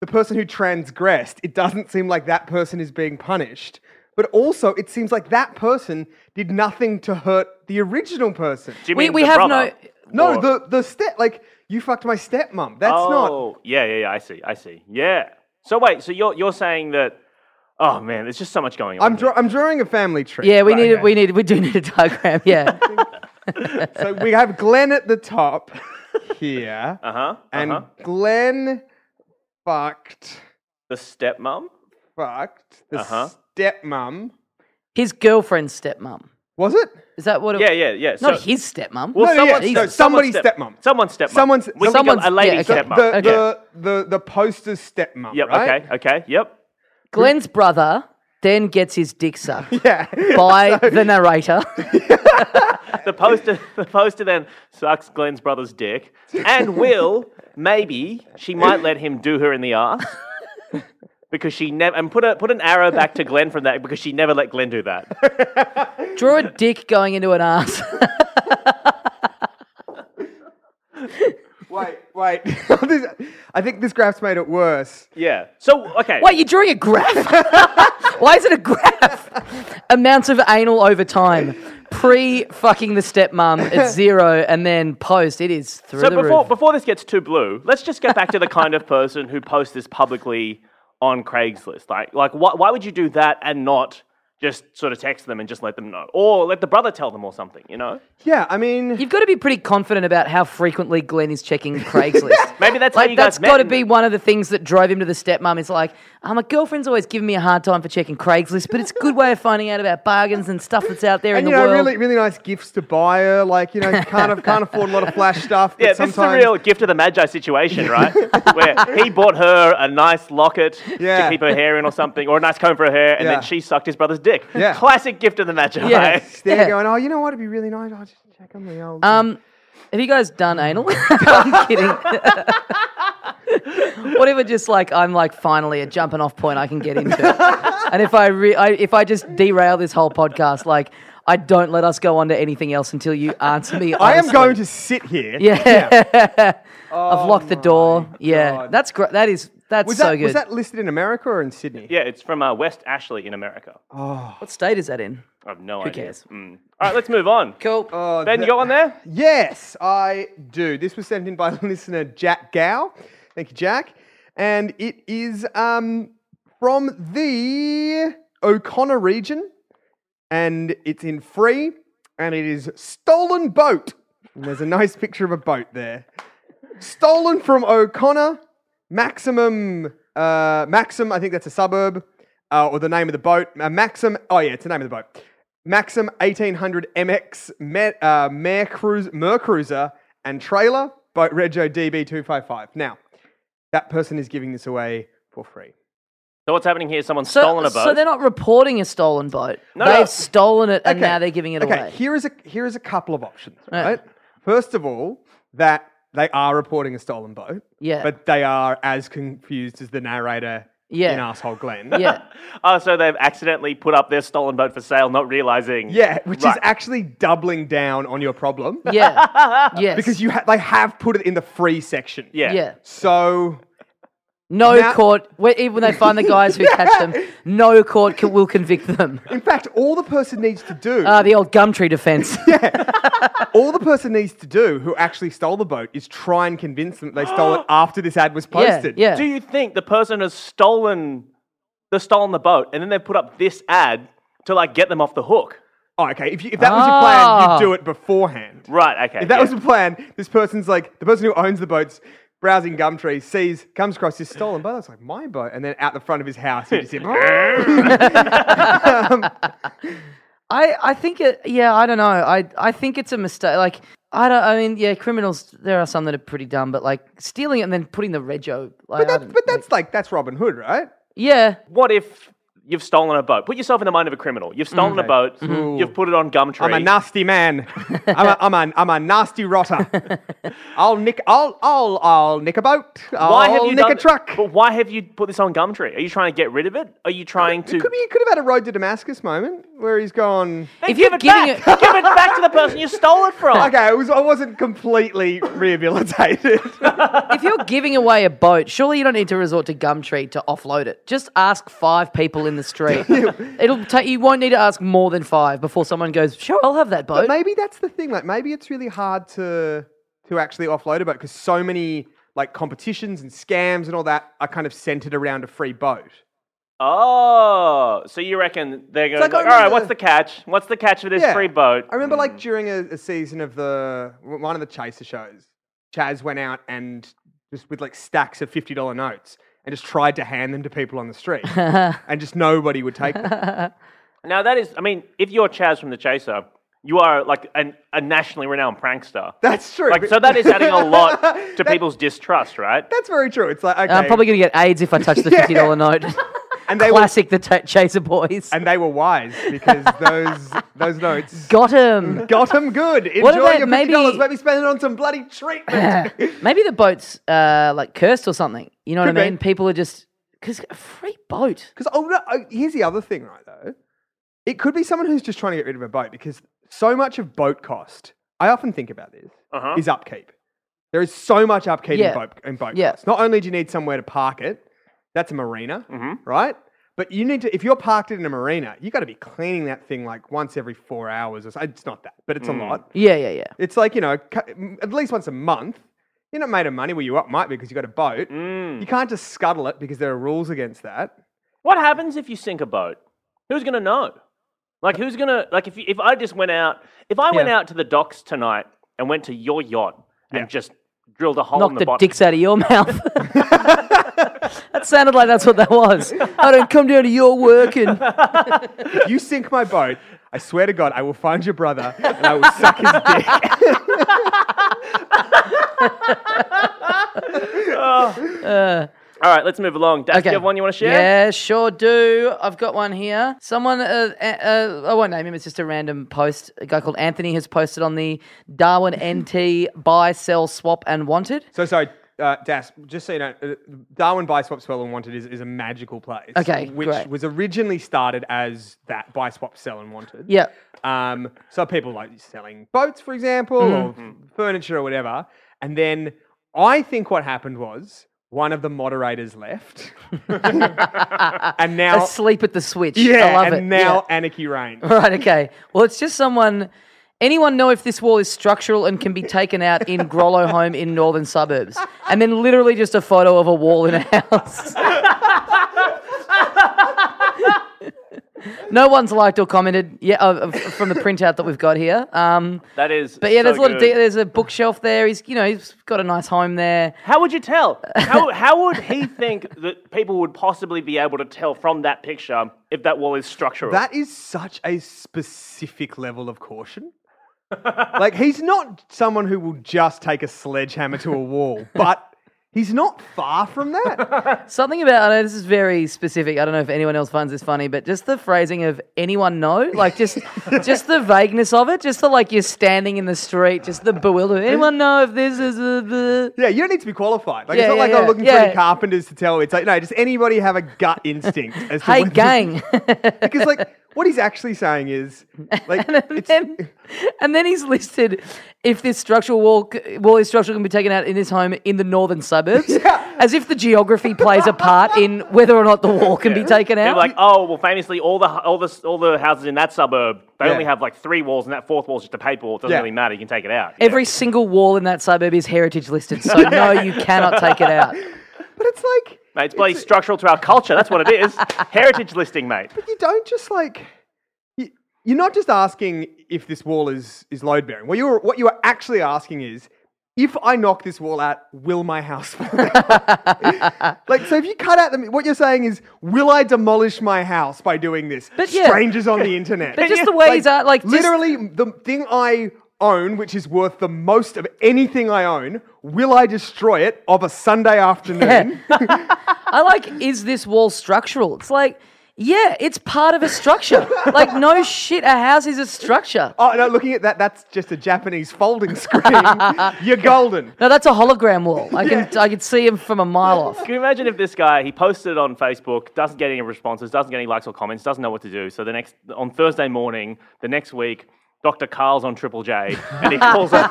[SPEAKER 1] the person who transgressed, it doesn't seem like that person is being punished. But also, it seems like that person did nothing to hurt the original person.
[SPEAKER 2] Do you
[SPEAKER 3] We-
[SPEAKER 2] mean
[SPEAKER 3] we
[SPEAKER 2] the
[SPEAKER 3] have
[SPEAKER 2] brother?
[SPEAKER 1] No,
[SPEAKER 2] Or-
[SPEAKER 1] the the step like you fucked my stepmom. That's not.
[SPEAKER 2] oh, yeah, yeah, yeah. I see, I see. Yeah. So wait, so you're you're saying that? Oh man, there's just so much going on.
[SPEAKER 1] I'm
[SPEAKER 2] here.
[SPEAKER 1] draw, I'm drawing a family tree.
[SPEAKER 3] Yeah, we
[SPEAKER 1] Right,
[SPEAKER 3] need
[SPEAKER 1] okay.
[SPEAKER 3] we need we do need a diagram. Yeah,
[SPEAKER 1] So we have Glenn at the
[SPEAKER 3] [LAUGHS]
[SPEAKER 1] top here,
[SPEAKER 2] Uh-huh.
[SPEAKER 1] and
[SPEAKER 2] uh-huh.
[SPEAKER 1] Glenn fucked
[SPEAKER 2] the stepmom.
[SPEAKER 1] fucked the
[SPEAKER 2] Uh-huh.
[SPEAKER 1] stepmom.
[SPEAKER 3] his girlfriend's stepmom.
[SPEAKER 1] Was it?
[SPEAKER 3] Is that what? It,
[SPEAKER 2] Yeah, yeah, yeah. So,
[SPEAKER 3] Not his stepmom.
[SPEAKER 2] Well,
[SPEAKER 1] No, yeah,
[SPEAKER 2] someone's-
[SPEAKER 1] no, somebody's stepmom.
[SPEAKER 2] Someone's stepmom.
[SPEAKER 1] Someone's-
[SPEAKER 2] we think
[SPEAKER 3] Someone's-
[SPEAKER 2] a, a lady
[SPEAKER 3] yeah, okay.
[SPEAKER 2] stepmom.
[SPEAKER 1] The,
[SPEAKER 2] Yeah.
[SPEAKER 1] the the the poster's stepmom.
[SPEAKER 2] Yep.
[SPEAKER 1] Right?
[SPEAKER 2] Okay. Okay. Yep.
[SPEAKER 3] Glenn's brother then gets his dick sucked
[SPEAKER 1] [LAUGHS] [LAUGHS] Yeah.
[SPEAKER 3] by the narrator. [LAUGHS]
[SPEAKER 2] The poster. [LAUGHS] The poster then sucks Glenn's brother's dick, and will maybe she might let him do her in the
[SPEAKER 1] [LAUGHS]
[SPEAKER 2] ass because she never and put a put an arrow back to Glenn from that because she never let Glenn do that.
[SPEAKER 3] Draw a dick going into an ass.
[SPEAKER 1] wait, wait. [LAUGHS] This- I think this graph's made it worse.
[SPEAKER 2] Yeah. So okay.
[SPEAKER 3] Wait, you're drawing a graph? [LAUGHS] Why is it a graph? Amounts of anal over time. Pre fucking the stepmom, [LAUGHS] it's zero, and then post, it is through
[SPEAKER 2] So
[SPEAKER 3] the
[SPEAKER 2] before
[SPEAKER 3] roof.
[SPEAKER 2] before this gets too blue, let's just get back to the kind of person who posts this publicly on Craigslist. Like like why why would you do that and not just sort of text them and just let them know, or let the brother tell them or something? You know,
[SPEAKER 1] Yeah, I mean,
[SPEAKER 3] You've got to be pretty confident about how frequently Glenn is [LAUGHS] checking Craigslist.
[SPEAKER 2] maybe that's how
[SPEAKER 3] like
[SPEAKER 2] you guys
[SPEAKER 3] that's
[SPEAKER 2] met
[SPEAKER 3] got to
[SPEAKER 2] in
[SPEAKER 3] be
[SPEAKER 2] the-
[SPEAKER 3] one of the things that drove him to the stepmom. Is like, oh, my girlfriend's always giving me a hard time for checking Craigslist, but it's a good way of finding out about bargains and stuff that's out there
[SPEAKER 1] and
[SPEAKER 3] in
[SPEAKER 1] you
[SPEAKER 3] the
[SPEAKER 1] know,
[SPEAKER 3] world.
[SPEAKER 1] really really nice gifts to buy her. Like you know, can't have, can't afford a lot of flash stuff.
[SPEAKER 2] [LAUGHS] Yeah,
[SPEAKER 1] but
[SPEAKER 2] this is a
[SPEAKER 1] sometimes-
[SPEAKER 2] real gift of the Magi situation, right? [LAUGHS] Where he bought her a nice locket
[SPEAKER 1] Yeah.
[SPEAKER 2] to keep her hair in or something, or a nice comb for her hair, and
[SPEAKER 1] Yeah.
[SPEAKER 2] then she sucked his brother's dick.
[SPEAKER 1] Yeah.
[SPEAKER 2] Classic gift of the Magi.
[SPEAKER 3] Yeah.
[SPEAKER 1] [LAUGHS] They're
[SPEAKER 3] Yeah.
[SPEAKER 1] going, oh, you know what? It'd be really nice. I'll just check on the old.
[SPEAKER 3] Um, have you guys done anal? [LAUGHS] I'm kidding. [LAUGHS] Whatever, just like I'm like finally a jumping off point I can get into, and if I, re- I if I just derail this whole podcast, like I don't let us go on to anything else until you answer me.
[SPEAKER 1] I am
[SPEAKER 3] honestly.
[SPEAKER 1] going to sit here.
[SPEAKER 3] Yeah,
[SPEAKER 1] [LAUGHS]
[SPEAKER 3] [LAUGHS] I've locked the door. Yeah,
[SPEAKER 1] Oh God.
[SPEAKER 3] that's great. That is that's
[SPEAKER 1] Was
[SPEAKER 3] so
[SPEAKER 1] that
[SPEAKER 3] good.
[SPEAKER 1] was that listed in America or in Sydney?
[SPEAKER 2] [LAUGHS] Yeah, it's from uh, West Ashley in America.
[SPEAKER 3] what state is that in?
[SPEAKER 2] I have no
[SPEAKER 3] Who
[SPEAKER 2] idea.
[SPEAKER 3] cares?
[SPEAKER 2] Mm. All right, let's move on.
[SPEAKER 3] Cool.
[SPEAKER 1] Oh,
[SPEAKER 2] Ben,
[SPEAKER 1] the-
[SPEAKER 2] you got one there?
[SPEAKER 1] [LAUGHS] Yes, I do. This was sent in by listener Jack Gow. Thank you, Jack. and it is um, from the O'Connor region, and it's in free, and it is stolen boat. And there's a nice picture of a boat there. Stolen from O'Connor, maximum, uh, maxim. I think that's a suburb, uh, or the name of the boat. Uh, maxim. Oh yeah, it's the name of the boat. Maxim 1800 MX Mer, uh, Mer, Cruis- Mer Cruiser and trailer, boat Regio DB255. Now, that person is giving this away for free.
[SPEAKER 2] So what's happening here? Someone's
[SPEAKER 3] So,
[SPEAKER 2] stolen a boat.
[SPEAKER 3] so they're not reporting a stolen boat.
[SPEAKER 2] No,
[SPEAKER 3] They've
[SPEAKER 2] no.
[SPEAKER 3] stolen it and
[SPEAKER 1] Okay,
[SPEAKER 3] now they're giving it
[SPEAKER 1] Okay,
[SPEAKER 3] away.
[SPEAKER 1] here is a here is a couple of options,
[SPEAKER 3] Right.
[SPEAKER 1] right? First of all, that they are reporting a stolen boat,
[SPEAKER 3] Yeah.
[SPEAKER 1] but they are as confused as the narrator
[SPEAKER 3] Yeah.
[SPEAKER 1] in Asshole Glen.
[SPEAKER 3] yeah.
[SPEAKER 2] oh, so they've accidentally put up their stolen boat for sale, not realizing.
[SPEAKER 1] Yeah, which is
[SPEAKER 2] Right.
[SPEAKER 1] actually doubling down on your problem [LAUGHS]
[SPEAKER 3] Yeah. yes.
[SPEAKER 1] because you ha- they have put it in the free section.
[SPEAKER 2] Yeah.
[SPEAKER 3] Yeah.
[SPEAKER 1] So
[SPEAKER 3] No
[SPEAKER 1] Now-
[SPEAKER 3] court, where, even when they find the
[SPEAKER 1] [LAUGHS]
[SPEAKER 3] guys who catch them, no court can, will convict them.
[SPEAKER 1] in fact, all the person needs to do
[SPEAKER 2] Uh,
[SPEAKER 3] Ah, the old Gumtree defense.
[SPEAKER 1] All the person needs to do who actually stole the boat is try and convince them that they stole it
[SPEAKER 2] [GASPS]
[SPEAKER 1] after this ad was
[SPEAKER 3] yeah.
[SPEAKER 1] posted.
[SPEAKER 3] yeah.
[SPEAKER 2] Do you think the person has stolen the stolen the boat and then they put up this ad to like get them off the hook?
[SPEAKER 1] Oh, okay. If, you, if that was your plan,
[SPEAKER 3] Ah.
[SPEAKER 1] you'd do it beforehand.
[SPEAKER 2] Right. Okay.
[SPEAKER 1] If that
[SPEAKER 2] yeah.
[SPEAKER 1] was the plan, this person's like, the person who owns the boat's browsing Gumtree, sees, comes across this stolen boat. It's like, my boat. And then out the front of his house,
[SPEAKER 2] [LAUGHS]
[SPEAKER 1] he just "Oh, hear,
[SPEAKER 3] [LAUGHS] I, I think it, yeah, I don't know. I, I think it's a mistake. Like, I don't, I mean, yeah, criminals, there are some that are pretty dumb, but like stealing it and then putting the rego. Like,
[SPEAKER 1] but,
[SPEAKER 3] I
[SPEAKER 1] that's,
[SPEAKER 3] don't-
[SPEAKER 1] but that's like, that's Robin Hood, right?
[SPEAKER 3] [LAUGHS] yeah.
[SPEAKER 2] what if you've stolen a boat? Put yourself in the mind of a criminal. You've stolen a boat. You've put it on Gumtree.
[SPEAKER 1] Mm-hmm. I'm a nasty man. I'm, a, I'm, a, I'm a nasty
[SPEAKER 2] [LAUGHS]
[SPEAKER 1] rotter. I'll nick, I'll, I'll, I'll nick a boat. I'll
[SPEAKER 2] why have you
[SPEAKER 1] nick
[SPEAKER 2] done
[SPEAKER 1] a truck.
[SPEAKER 2] But why have you put this on Gumtree? Are you trying to get rid of it? Are you trying to?
[SPEAKER 1] It [LAUGHS] could be. He could have had a road to Damascus moment where he's
[SPEAKER 2] [LAUGHS]
[SPEAKER 1] gone.
[SPEAKER 2] Then
[SPEAKER 3] If you're
[SPEAKER 2] give it
[SPEAKER 3] giving
[SPEAKER 2] back. give it back to the person you stole it from.
[SPEAKER 1] Okay, it was, [LAUGHS] I wasn't completely
[SPEAKER 2] [LAUGHS]
[SPEAKER 1] rehabilitated. [LAUGHS]
[SPEAKER 3] If you're giving away a boat, surely you don't need to resort to Gumtree to offload it. Just ask five people in
[SPEAKER 1] [LAUGHS]
[SPEAKER 3] the street. It'll take, you won't need to ask more than five before someone goes, sure, I'll have that boat.
[SPEAKER 1] maybe that's the thing. Like, maybe it's really hard to to actually offload a boat because so many like competitions and scams and all that are kind of centered around a free boat.
[SPEAKER 2] Oh, so you reckon they're going?
[SPEAKER 1] like,
[SPEAKER 2] to
[SPEAKER 1] I
[SPEAKER 2] All right,
[SPEAKER 1] remember-
[SPEAKER 2] what's the catch? What's the catch for this
[SPEAKER 1] Yeah.
[SPEAKER 2] free boat? Mm.
[SPEAKER 1] I remember like during a, a season of the one of the Chaser shows, Chaz went out and just with like stacks of fifty dollar notes and just tried to hand them to people on the street,
[SPEAKER 3] [LAUGHS]
[SPEAKER 1] and just nobody would take them.
[SPEAKER 2] Now that is, I mean, if you're Chaz from the Chaser, you are like an, a nationally renowned prankster.
[SPEAKER 1] That's true.
[SPEAKER 2] like,
[SPEAKER 1] but-
[SPEAKER 2] so that is adding a lot to
[SPEAKER 1] That-
[SPEAKER 2] people's distrust, right?
[SPEAKER 1] [LAUGHS] That's very true. It's like okay,
[SPEAKER 3] I'm Uh, probably going to get AIDS if I touch
[SPEAKER 1] [LAUGHS]
[SPEAKER 3] the $50 note.
[SPEAKER 1] and they were
[SPEAKER 3] Classic the ta Chaser Boys.
[SPEAKER 1] and they were wise
[SPEAKER 3] [LAUGHS]
[SPEAKER 1] because those those notes
[SPEAKER 3] Got
[SPEAKER 1] [LAUGHS]
[SPEAKER 3] him.
[SPEAKER 1] got them good. Enjoy
[SPEAKER 3] What about
[SPEAKER 1] your fifty dollars.
[SPEAKER 3] maybe-
[SPEAKER 1] Maybe spend it on some bloody treatment. [LAUGHS]
[SPEAKER 3] [LAUGHS] Maybe the boat's uh, like cursed or something. You know
[SPEAKER 1] Could
[SPEAKER 3] what
[SPEAKER 1] be.
[SPEAKER 3] I mean? People are just because a free boat.
[SPEAKER 1] Because oh no, oh, here's the other thing, right though. It could be someone who's just trying to get rid of a boat because so much of boat cost. I often think about this
[SPEAKER 2] Uh-huh.
[SPEAKER 1] is upkeep. There is so much upkeep
[SPEAKER 3] Yeah.
[SPEAKER 1] in boat in boat
[SPEAKER 3] Yeah.
[SPEAKER 1] cost. Not only do you need somewhere to park it, that's a marina, right? But you need to if you're parked it in a marina, you got to be cleaning that thing like once every four hours or so. It's not that, but it's a lot.
[SPEAKER 3] Yeah, yeah, yeah.
[SPEAKER 1] It's like, you know, cu- m- at least once a month. You're not made of money where you up might be because you got a boat.
[SPEAKER 2] Mm.
[SPEAKER 1] You can't just scuttle it because there are rules against that.
[SPEAKER 2] Hmm. What happens if you sink a boat? Who's going to know? Like, who's going to, like, if, you, if I just went out, if I went
[SPEAKER 1] Yeah.
[SPEAKER 2] out to the docks tonight and went to your yacht and
[SPEAKER 1] Yeah.
[SPEAKER 2] just drilled a hole in
[SPEAKER 3] Knock
[SPEAKER 2] the,
[SPEAKER 3] the,
[SPEAKER 2] bottom.
[SPEAKER 3] dicks out of
[SPEAKER 1] [LAUGHS]
[SPEAKER 3] your mouth. [LAUGHS] that sounded like that's what that was. I don't come down to your work
[SPEAKER 1] [LAUGHS]
[SPEAKER 3] and
[SPEAKER 1] If you sink my boat, I swear to God, I will find your brother and I will suck his dick.
[SPEAKER 2] All right, let's move along. Dad, do
[SPEAKER 3] Okay.
[SPEAKER 2] you have one you want to share?
[SPEAKER 3] Yeah, sure do. I've got one here. Someone, uh, uh, uh, I won't name him, it's just a random post. A guy called Anthony has posted on the Darwin NT buy, sell, swap, and wanted.
[SPEAKER 1] So sorry, uh, Das. Just so you know, uh, Darwin Buy Swap Sell and Wanted is, is a magical place.
[SPEAKER 3] Okay,
[SPEAKER 1] which
[SPEAKER 3] great.
[SPEAKER 1] was originally started as that Buy Swap Sell and Wanted.
[SPEAKER 3] Yeah.
[SPEAKER 1] Um, so people like selling boats, for example, or
[SPEAKER 3] Mm-hmm.
[SPEAKER 1] f- furniture or whatever. And then I think what happened was one of the moderators
[SPEAKER 3] [LAUGHS]
[SPEAKER 1] left, [LAUGHS] and now
[SPEAKER 3] Asleep at the switch.
[SPEAKER 1] yeah,
[SPEAKER 3] I love
[SPEAKER 1] and
[SPEAKER 3] it.
[SPEAKER 1] now anarchy reigns.
[SPEAKER 3] Yeah. Right, okay. Well, it's just someone. Anyone know if this wall is structural and can be taken
[SPEAKER 1] [LAUGHS]
[SPEAKER 3] out in Grollo home in northern suburbs? And then literally just a photo of a wall in a
[SPEAKER 1] [LAUGHS]
[SPEAKER 3] house. no one's liked or commented yet uh, uh, from the printout that we've got here. Um,
[SPEAKER 2] That is.
[SPEAKER 3] but yeah,
[SPEAKER 2] so
[SPEAKER 3] there's a lot of
[SPEAKER 2] good.
[SPEAKER 3] de- there's a bookshelf there. He's you know he's got a nice home there.
[SPEAKER 2] How would you tell?
[SPEAKER 3] [LAUGHS]
[SPEAKER 2] How, how would he think that people would possibly be able to tell from that picture if that wall is structural?
[SPEAKER 1] That is such a specific level of caution. like he's not someone who will just take a sledgehammer to a wall, but he's not far from that.
[SPEAKER 3] Something about I know this is very specific. I don't know if anyone else finds this funny, but just the phrasing of anyone know, like just just the vagueness of it, just the like you're standing in the street, just the bewilderment. Anyone know if this is a the
[SPEAKER 1] Yeah, you don't need to be qualified. Like
[SPEAKER 3] Yeah,
[SPEAKER 1] it's not
[SPEAKER 3] yeah,
[SPEAKER 1] like
[SPEAKER 3] yeah,
[SPEAKER 1] I'm looking for
[SPEAKER 3] yeah.
[SPEAKER 1] any carpenters to tell. It's like no, does anybody have a gut instinct as to
[SPEAKER 3] hey
[SPEAKER 1] whether-
[SPEAKER 3] gang?
[SPEAKER 1] [LAUGHS] Because like what he's actually saying
[SPEAKER 3] [LAUGHS]
[SPEAKER 1] is like it's, [LAUGHS]
[SPEAKER 3] and, and then he's listed if this structural wall c- wall is structural can be taken out in this home in the northern suburbs, as if the geography plays a part in whether or not the wall can be taken
[SPEAKER 2] They're
[SPEAKER 3] out.
[SPEAKER 2] like, oh, well, famously, all the all the all the houses in that suburb, they
[SPEAKER 1] Yeah.
[SPEAKER 2] only have like three walls, and that fourth wall's just a paper wall. It doesn't
[SPEAKER 1] Yeah.
[SPEAKER 2] really matter. You can take it out. Yeah.
[SPEAKER 3] Every single wall in that suburb is heritage listed, so no, you cannot take it out.
[SPEAKER 1] but it's like
[SPEAKER 2] Mate, it's bloody structural to our culture. That's what
[SPEAKER 3] [LAUGHS]
[SPEAKER 2] it is. Heritage listing, mate.
[SPEAKER 1] you don't just like you, you're not just asking if this wall is is load bearing. What you're what you are actually asking is if I knock this wall out, will my house [LAUGHS] fall?
[SPEAKER 3] [LAUGHS]
[SPEAKER 1] down? like so, if you cut out the what you're saying is, will I demolish my house by doing this?
[SPEAKER 3] But yeah.
[SPEAKER 1] Strangers on the
[SPEAKER 3] [LAUGHS]
[SPEAKER 1] internet.
[SPEAKER 3] But just the way he's at, like, just-
[SPEAKER 1] literally the thing I own, which is worth the most of anything I own, will I destroy it of a
[SPEAKER 3] [LAUGHS]
[SPEAKER 1] Sunday afternoon?
[SPEAKER 3] I like, is this wall structural? It's like, yeah, it's part of a structure. like, no shit, a house is a structure.
[SPEAKER 1] Oh no! Looking at that, that's just a Japanese folding screen.
[SPEAKER 3] [LAUGHS]
[SPEAKER 1] You're golden.
[SPEAKER 3] No, that's a hologram wall. I can I can see him from a mile off.
[SPEAKER 2] Can you imagine if this guy he posted it on Facebook, doesn't get any responses, doesn't get any likes or comments, doesn't know what to do. So the next on Thursday morning, the next week, Dr. Carl's on Triple J, and he calls up,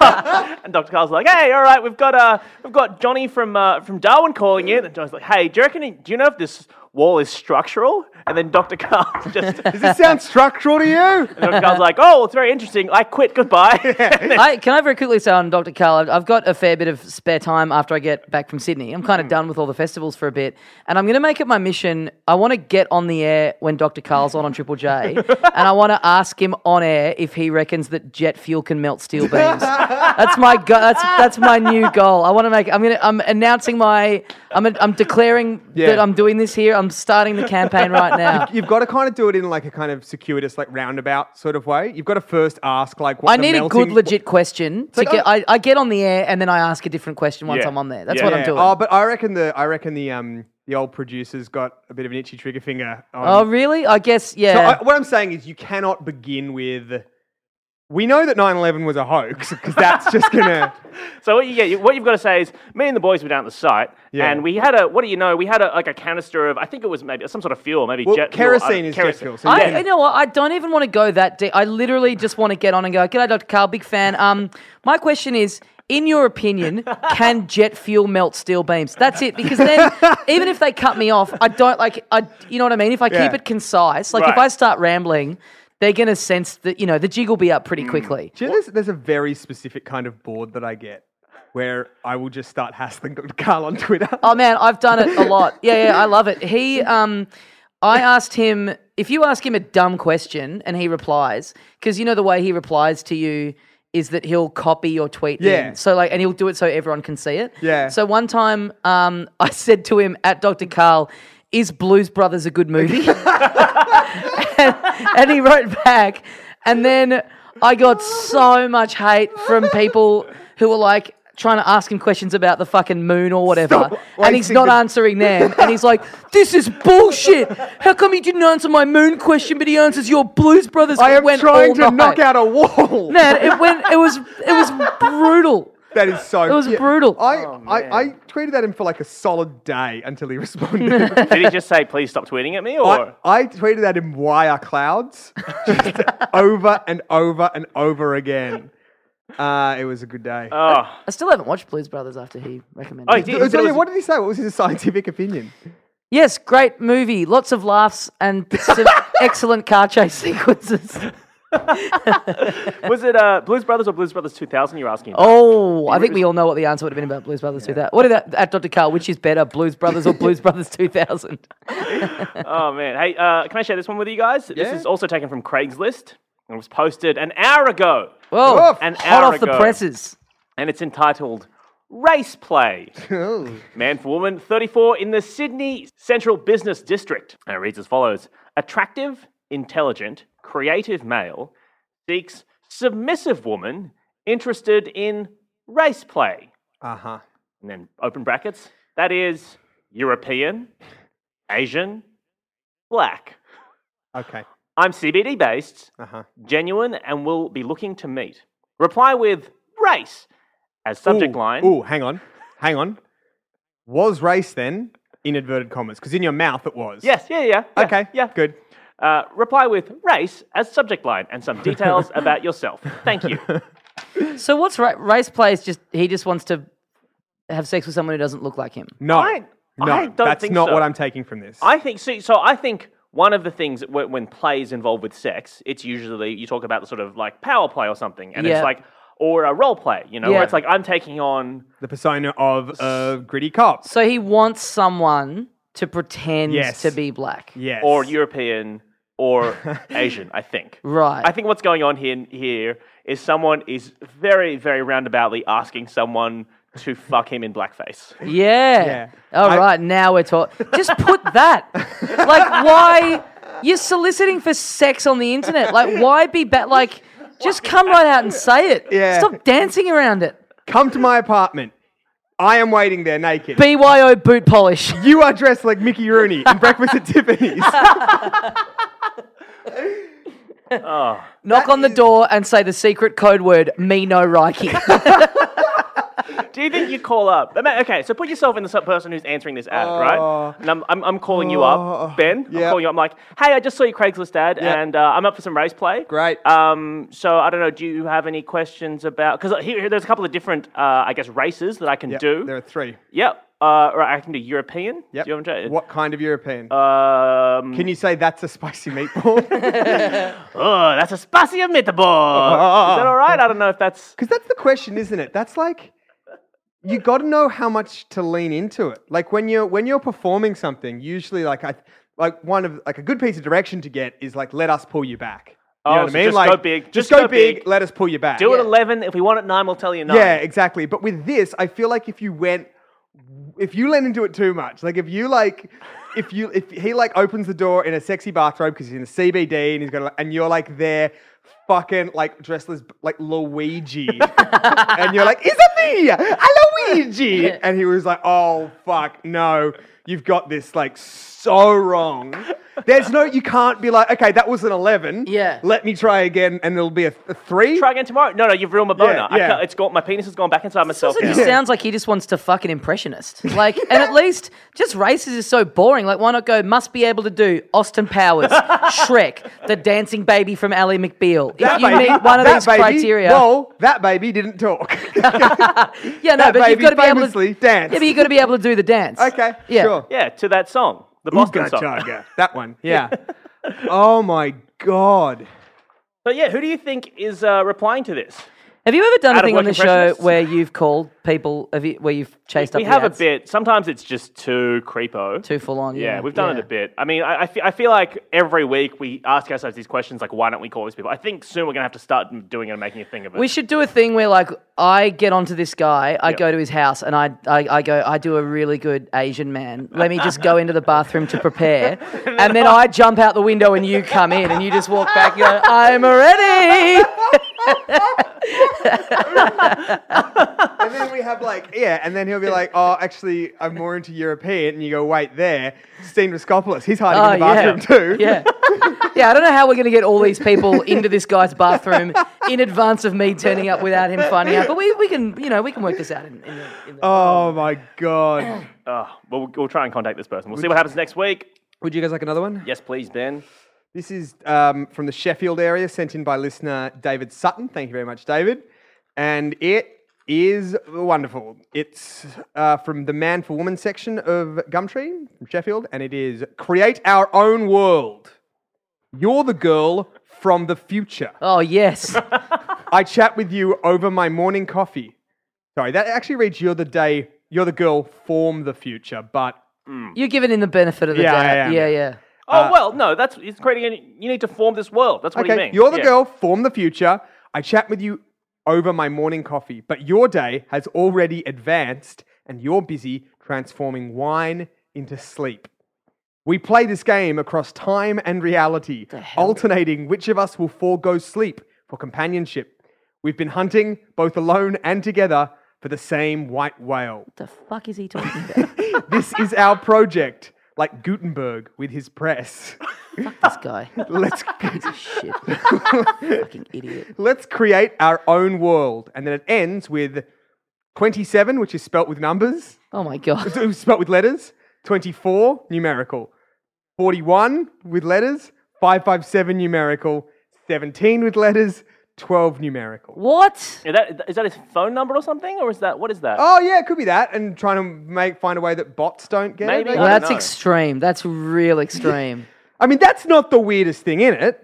[SPEAKER 2] and Dr. Carl's like, "Hey, all right, we've got uh, we've got Johnny from uh, from Darwin calling in." And Johnny's like, "Hey, do you reckon? he- Do you know if this wall is structural?" And then Dr. Carl [LAUGHS] just
[SPEAKER 1] Does this sound structural to you?
[SPEAKER 2] Dr. Carl's like, "Oh, it's very interesting. I quit. Goodbye." And then-
[SPEAKER 3] [LAUGHS] I, can I very quickly say on Dr. Carl, I've- I've got a fair bit of spare time after I get back from Sydney. I'm
[SPEAKER 1] Hmm.
[SPEAKER 3] kind of done with all the festivals for a bit. And I'm going to make it my mission. I want to get on the air when Dr. Carl's on on
[SPEAKER 1] [LAUGHS]
[SPEAKER 3] Triple J. and I want to ask him on air if he reckons that jet fuel can melt steel beams. that's my go- that's that's my new goal. I want to make. I'm gonna. I'm announcing my. I'm. I'm declaring
[SPEAKER 1] Yeah.
[SPEAKER 3] that I'm doing this here. I'm starting the campaign
[SPEAKER 1] [LAUGHS]
[SPEAKER 3] right now.
[SPEAKER 1] You've got to kind of do it in like a kind of circuitous, like roundabout sort of way. You've got to first ask like what
[SPEAKER 3] I
[SPEAKER 1] the
[SPEAKER 3] need a
[SPEAKER 1] melting-
[SPEAKER 3] good legit question to
[SPEAKER 1] like, oh.
[SPEAKER 3] get. I, I get on the air and then I ask a different question once
[SPEAKER 2] Yeah.
[SPEAKER 3] I'm on there. That's
[SPEAKER 2] Yeah.
[SPEAKER 3] what
[SPEAKER 1] Yeah.
[SPEAKER 3] I'm doing.
[SPEAKER 1] Oh, but I reckon the I reckon the um the old producer's got a bit of an itchy trigger finger.
[SPEAKER 3] oh,
[SPEAKER 1] On.
[SPEAKER 3] really? I guess
[SPEAKER 1] So
[SPEAKER 3] yeah.
[SPEAKER 1] I, what I'm saying is, you cannot begin with. We know that 9/11 was a hoax because that's just
[SPEAKER 3] [LAUGHS]
[SPEAKER 1] gonna.
[SPEAKER 2] So what you get, what you've got to say is, me and the boys were down at the site,
[SPEAKER 1] Yeah.
[SPEAKER 2] and we had a, what do you know, we had a, like a canister of, I think it was maybe some sort of fuel, maybe
[SPEAKER 1] Well,
[SPEAKER 2] jet
[SPEAKER 1] kerosene
[SPEAKER 2] fuel. I don't-
[SPEAKER 1] is
[SPEAKER 2] kerosene.
[SPEAKER 1] jet fuel. So
[SPEAKER 3] I,
[SPEAKER 1] you
[SPEAKER 3] you
[SPEAKER 1] can-
[SPEAKER 3] know what? I don't even want to go that deep. I literally just want to get on and go, G'day, Dr. Carl, big fan. Um, my question is, in your opinion, can jet fuel melt steel beams? That's it. Because then, even if they cut me off, I don't like, I, you know what I mean? If I
[SPEAKER 1] Yeah.
[SPEAKER 3] keep it concise, like if
[SPEAKER 2] Right.
[SPEAKER 3] I start rambling, they're going to sense that, you know, the jig will be up pretty quickly.
[SPEAKER 1] Do you know there's, there's a very specific kind of board that I get where I will just start hassling Dr. Carl on Twitter.
[SPEAKER 3] Oh man, I've done it a lot. Yeah, yeah, I love it. He, um, I asked him if you ask him a dumb question and he replies because you know the way he replies to you is that he'll copy your tweet. in.
[SPEAKER 1] Yeah.
[SPEAKER 3] So like, and he'll do it so everyone can see it.
[SPEAKER 1] Yeah.
[SPEAKER 3] So one time, um, I [LAUGHS] said to him at Dr. Carl, "Is Blues Brothers a good movie?" [LAUGHS] and, and he wrote back. And then I got so much hate from people who were like trying to ask him questions about the fucking moon or whatever.
[SPEAKER 1] Stop
[SPEAKER 3] and he's
[SPEAKER 1] wasting
[SPEAKER 3] not
[SPEAKER 1] the-
[SPEAKER 3] answering them. And he's like, this is bullshit. How come he didn't answer my moon question, but he answers your Blues Brothers?
[SPEAKER 1] I
[SPEAKER 3] It
[SPEAKER 1] am
[SPEAKER 3] went
[SPEAKER 1] trying
[SPEAKER 3] all
[SPEAKER 1] to
[SPEAKER 3] night.
[SPEAKER 1] knock out a wall.
[SPEAKER 3] Man, it went. It was. It was brutal.
[SPEAKER 1] That is so. It
[SPEAKER 3] was brutal.
[SPEAKER 1] I,
[SPEAKER 2] Oh,
[SPEAKER 1] I, I tweeted at him for like a solid day until he [LAUGHS]
[SPEAKER 3] [LAUGHS]
[SPEAKER 1] responded.
[SPEAKER 2] Did he just say, please stop tweeting at me, or?
[SPEAKER 1] I, I tweeted at him, "Why are clouds?" [LAUGHS] Just over and over and over again. Uh, it was a good day.
[SPEAKER 2] oh,
[SPEAKER 3] I still haven't watched Blues Brothers after he recommended.
[SPEAKER 2] oh, he
[SPEAKER 3] it.
[SPEAKER 2] did, he
[SPEAKER 1] Uh,
[SPEAKER 2] said it
[SPEAKER 1] so, yeah,
[SPEAKER 2] was-
[SPEAKER 1] what did he say? What was his scientific opinion?
[SPEAKER 3] Yes, [LAUGHS] great movie. Lots of laughs and some excellent car chase sequences.
[SPEAKER 2] Was it uh, Blues Brothers or Blues Brothers 2000? You're asking.
[SPEAKER 3] Oh, I think we all know what the answer would have been about Blues Brothers 2000. What did that, at Dr. Carl, which is better, Blues Brothers or Blues Brothers 2000?
[SPEAKER 2] Oh man. Hey, uh, can I share this one with you guys?
[SPEAKER 1] Yeah.
[SPEAKER 2] This is also taken from Craigslist and was posted an hour ago,
[SPEAKER 3] Whoa,
[SPEAKER 1] Woof.
[SPEAKER 2] An
[SPEAKER 3] hot
[SPEAKER 2] hour
[SPEAKER 3] off the
[SPEAKER 2] ago.
[SPEAKER 3] presses.
[SPEAKER 2] and it's entitled "Race Play."
[SPEAKER 1] Oh.
[SPEAKER 2] Man for woman, 34, in the Sydney Central Business District. And it reads as follows: Attractive, intelligent, creative male seeks submissive woman interested in race play.
[SPEAKER 1] Uh
[SPEAKER 2] Uh-huh.
[SPEAKER 1] huh.
[SPEAKER 2] and then open brackets, that is European, Asian, black.
[SPEAKER 1] Okay.
[SPEAKER 2] I'm CBD based,
[SPEAKER 1] Uh huh.
[SPEAKER 2] genuine, and will be looking to meet. Reply with race as subject line.
[SPEAKER 1] Ooh, hang on. Hang on. Was race then in inverted commas? Because in your mouth it was.
[SPEAKER 2] Yes, yeah, yeah. yeah,
[SPEAKER 1] Okay.
[SPEAKER 2] yeah.
[SPEAKER 1] Good.
[SPEAKER 2] Uh, reply with race as subject line and some details about yourself. Thank you.
[SPEAKER 3] So what's ra- race play is just, he just wants to have sex with someone who doesn't look like him.
[SPEAKER 1] No.
[SPEAKER 2] I-
[SPEAKER 1] no.
[SPEAKER 2] I don't
[SPEAKER 1] that's
[SPEAKER 2] think
[SPEAKER 1] not
[SPEAKER 2] so.
[SPEAKER 1] what I'm taking from this.
[SPEAKER 2] I think so. So I think one of the things when, when play is involved with sex, it's usually you talk about the sort of like power play or something, and
[SPEAKER 3] Yeah.
[SPEAKER 2] it's like or a role play, you know,
[SPEAKER 3] Yeah.
[SPEAKER 2] where it's like I'm taking on
[SPEAKER 1] the persona of a gritty cop.
[SPEAKER 3] So he wants someone to pretend
[SPEAKER 1] Yes.
[SPEAKER 3] to be black.
[SPEAKER 1] Yes.
[SPEAKER 2] or European or Asian, I think.
[SPEAKER 3] Right.
[SPEAKER 2] I think what's going on here, here is someone is very, very roundaboutly asking someone to fuck him in blackface.
[SPEAKER 3] Yeah.
[SPEAKER 1] Yeah.
[SPEAKER 3] All right,
[SPEAKER 1] I-
[SPEAKER 3] now we're talking. Just put
[SPEAKER 1] [LAUGHS]
[SPEAKER 3] that. like, why you're soliciting for sex on the internet? Like, why be bad? Like, just come right out and say it.
[SPEAKER 1] Yeah.
[SPEAKER 3] Stop dancing around it.
[SPEAKER 1] Come to my apartment. I am waiting there naked.
[SPEAKER 3] BYO boot polish.
[SPEAKER 1] you are dressed like Mickey Rooney in Breakfast at
[SPEAKER 2] [LAUGHS]
[SPEAKER 1] Tiffany's.
[SPEAKER 3] Knock on the door and say the secret code word, me no
[SPEAKER 1] [LAUGHS]
[SPEAKER 3] Reiki.
[SPEAKER 2] Do you think you call up? I mean, Okay, so put yourself in the sub- person who's answering this ad,
[SPEAKER 1] Oh.
[SPEAKER 2] right? And I'm, I'm, I'm calling you up, Ben.
[SPEAKER 1] Yeah.
[SPEAKER 2] I'm calling you up. I'm like, hey, I just saw your Craigslist ad, and uh, I'm up for some race play.
[SPEAKER 1] Great.
[SPEAKER 2] Um, so I don't know. Do you have any questions about? Because here, here- there's a couple of different, uh, I guess, races that I can
[SPEAKER 1] Yep,
[SPEAKER 2] do.
[SPEAKER 1] There are three.
[SPEAKER 2] Yep. Uh, right, I can do European.
[SPEAKER 1] Yep.
[SPEAKER 2] Do you want to?
[SPEAKER 1] What kind of European?
[SPEAKER 2] Um,
[SPEAKER 1] Can you say that's a spicy meatball?
[SPEAKER 2] [LAUGHS]
[SPEAKER 1] Because
[SPEAKER 2] oh, that's a spicy meatball.
[SPEAKER 1] [LAUGHS]
[SPEAKER 2] Is that all right? I don't know if that's.
[SPEAKER 1] that's the question, isn't it? That's like you got to know how much to lean into it. Like when you're when you're performing something, usually like I like one of like a good piece of direction to get is like let us pull you back. You
[SPEAKER 2] Oh,
[SPEAKER 1] know what
[SPEAKER 2] so
[SPEAKER 1] I mean?
[SPEAKER 2] just
[SPEAKER 1] like
[SPEAKER 2] go big,
[SPEAKER 1] Just,
[SPEAKER 2] just
[SPEAKER 1] go,
[SPEAKER 2] go
[SPEAKER 1] big,
[SPEAKER 2] big.
[SPEAKER 1] Let us pull you back.
[SPEAKER 2] Do it
[SPEAKER 3] Yeah.
[SPEAKER 2] at 11. If we want it 9, we'll tell you 9.
[SPEAKER 1] Yeah, exactly. But with this, I feel like if you went, if you lean into it too much, like if you like, if you if he like opens the door in a sexy bathrobe because he's in a CBD and he's got, a, and you're like there, fucking like dressed as like Luigi, and you're like, is it me, a Luigi? And he was like, oh fuck, no, you've got this like so wrong. There's no, you can't be like, okay, that was an eleven.
[SPEAKER 3] Yeah.
[SPEAKER 1] Let me try again, and it'll be a, a three.
[SPEAKER 2] Try again tomorrow. No, no, you've ruined my boner. I
[SPEAKER 1] yeah.
[SPEAKER 2] can't- it's gone, my penis has gone back inside myself.
[SPEAKER 3] Also,
[SPEAKER 2] now.
[SPEAKER 3] just sounds like he just wants to fuck an impressionist.
[SPEAKER 1] [LAUGHS]
[SPEAKER 3] Like, and at least just races is so boring. Like, why not go? Must be able to do Austin
[SPEAKER 1] [LAUGHS]
[SPEAKER 3] Powers, Shrek, the dancing baby from Ally McBeal. If you meet one of
[SPEAKER 1] that
[SPEAKER 3] these
[SPEAKER 1] baby-
[SPEAKER 3] criteria,
[SPEAKER 1] Well, that baby didn't talk. [LAUGHS]
[SPEAKER 3] yeah, no,
[SPEAKER 1] that
[SPEAKER 3] but you've
[SPEAKER 1] baby
[SPEAKER 3] got to be able to.
[SPEAKER 1] famously danced.
[SPEAKER 3] Yeah, but you've got to be able to do the dance.
[SPEAKER 1] okay,
[SPEAKER 3] Yeah.
[SPEAKER 1] sure.
[SPEAKER 2] Yeah, to that song. The Boston
[SPEAKER 1] Ooga
[SPEAKER 2] song.
[SPEAKER 1] chugga. that one, yeah. oh my god.
[SPEAKER 2] But yeah, who do you think is uh, replying to this?
[SPEAKER 3] Have you ever done
[SPEAKER 2] Out of
[SPEAKER 3] a thing on the
[SPEAKER 2] work
[SPEAKER 3] show
[SPEAKER 2] impressionists?
[SPEAKER 3] where you've called people, have you, where you've chased up
[SPEAKER 2] We
[SPEAKER 3] the
[SPEAKER 2] have a
[SPEAKER 3] ads?
[SPEAKER 2] bit. Sometimes it's just too creepo.
[SPEAKER 3] Too full on.
[SPEAKER 2] yeah, we've done it a bit. I mean, I, I, feel, I feel like every week we ask ourselves these questions like, why don't we call these people? I think soon we're going to have to start doing it and making a thing of it.
[SPEAKER 3] We should do a thing where, like, I get onto this guy, I go to his house, and I, I, I go, I do a really good Asian man. Let me just go into the bathroom
[SPEAKER 1] [LAUGHS]
[SPEAKER 3] to prepare, and then I jump out the window, and you come in, and you just walk back. You go,
[SPEAKER 1] [LAUGHS]
[SPEAKER 3] I'm ready.
[SPEAKER 1] And then we have like, yeah, and then he'll be like, oh, actually, I'm more into European. And you go, wait, there, Steen Raskopoulos, he's hiding in the
[SPEAKER 3] Oh, yeah.
[SPEAKER 1] bathroom too.
[SPEAKER 3] Yeah. Yeah, I don't know how we're going to get all these people into this guy's bathroom in advance of me turning up without him finding out. But we, we can, you know, we can work this out in, in the. In the
[SPEAKER 1] Oh my god.
[SPEAKER 2] Uh, well, we'll- we'll try and contact this person. We'll see what happens next week.
[SPEAKER 1] [CLEARS THROAT] Would you guys like another one?
[SPEAKER 2] Yes, please, Ben.
[SPEAKER 1] This is um, from the Sheffield area, sent in by listener David Sutton. Thank you very much, David. And it is wonderful. It's uh, from the Man for Woman section of Gumtree from Sheffield, and it is Create Our Own World. You're the girl from the future.
[SPEAKER 3] Oh,
[SPEAKER 1] [LAUGHS]
[SPEAKER 3] yes.
[SPEAKER 1] I chat with you over my morning coffee. Sorry, that actually reads you're the day, you're the girl from the future, but
[SPEAKER 3] You're giving him the benefit of the
[SPEAKER 1] Yeah, I
[SPEAKER 3] doubt.
[SPEAKER 1] am.
[SPEAKER 3] Yeah, yeah.
[SPEAKER 2] Oh well, no, that's it's creating. A, you need to form this world. That's what
[SPEAKER 1] okay,
[SPEAKER 2] you mean.
[SPEAKER 1] you're the
[SPEAKER 2] Yeah.
[SPEAKER 1] girl from the future. I chat with you over my morning coffee, but your day has already advanced and you're busy transforming wine into sleep. We play this game across time and reality, alternating which of us will forego sleep for companionship. We've been hunting, both alone and together, for the same white
[SPEAKER 2] [LAUGHS]
[SPEAKER 1] whale.
[SPEAKER 3] The fuck is he talking
[SPEAKER 1] [LAUGHS]
[SPEAKER 3] about?
[SPEAKER 1] this is our project, like Gutenberg with his
[SPEAKER 2] [LAUGHS]
[SPEAKER 1] press.
[SPEAKER 3] this guy.
[SPEAKER 1] Let's [LAUGHS]
[SPEAKER 3] Shit. Fucking idiot.
[SPEAKER 1] let's create our own world. And then it ends with 27, which is spelt with numbers, [LAUGHS]
[SPEAKER 3] Oh my god.
[SPEAKER 1] spelt with letters, 24, numerical, 41 with letters, 557 numerical, 17 with letters, 12 numerical.
[SPEAKER 3] What?
[SPEAKER 2] Is that is that his phone number or something, or is that what is that?
[SPEAKER 1] Oh yeah, it could be that, and trying to make find a way that bots don't get
[SPEAKER 2] Maybe.
[SPEAKER 1] it.
[SPEAKER 3] Well,
[SPEAKER 2] I don't
[SPEAKER 3] that's
[SPEAKER 2] know.
[SPEAKER 3] extreme. That's real extreme.
[SPEAKER 1] I mean, that's not the weirdest thing in it.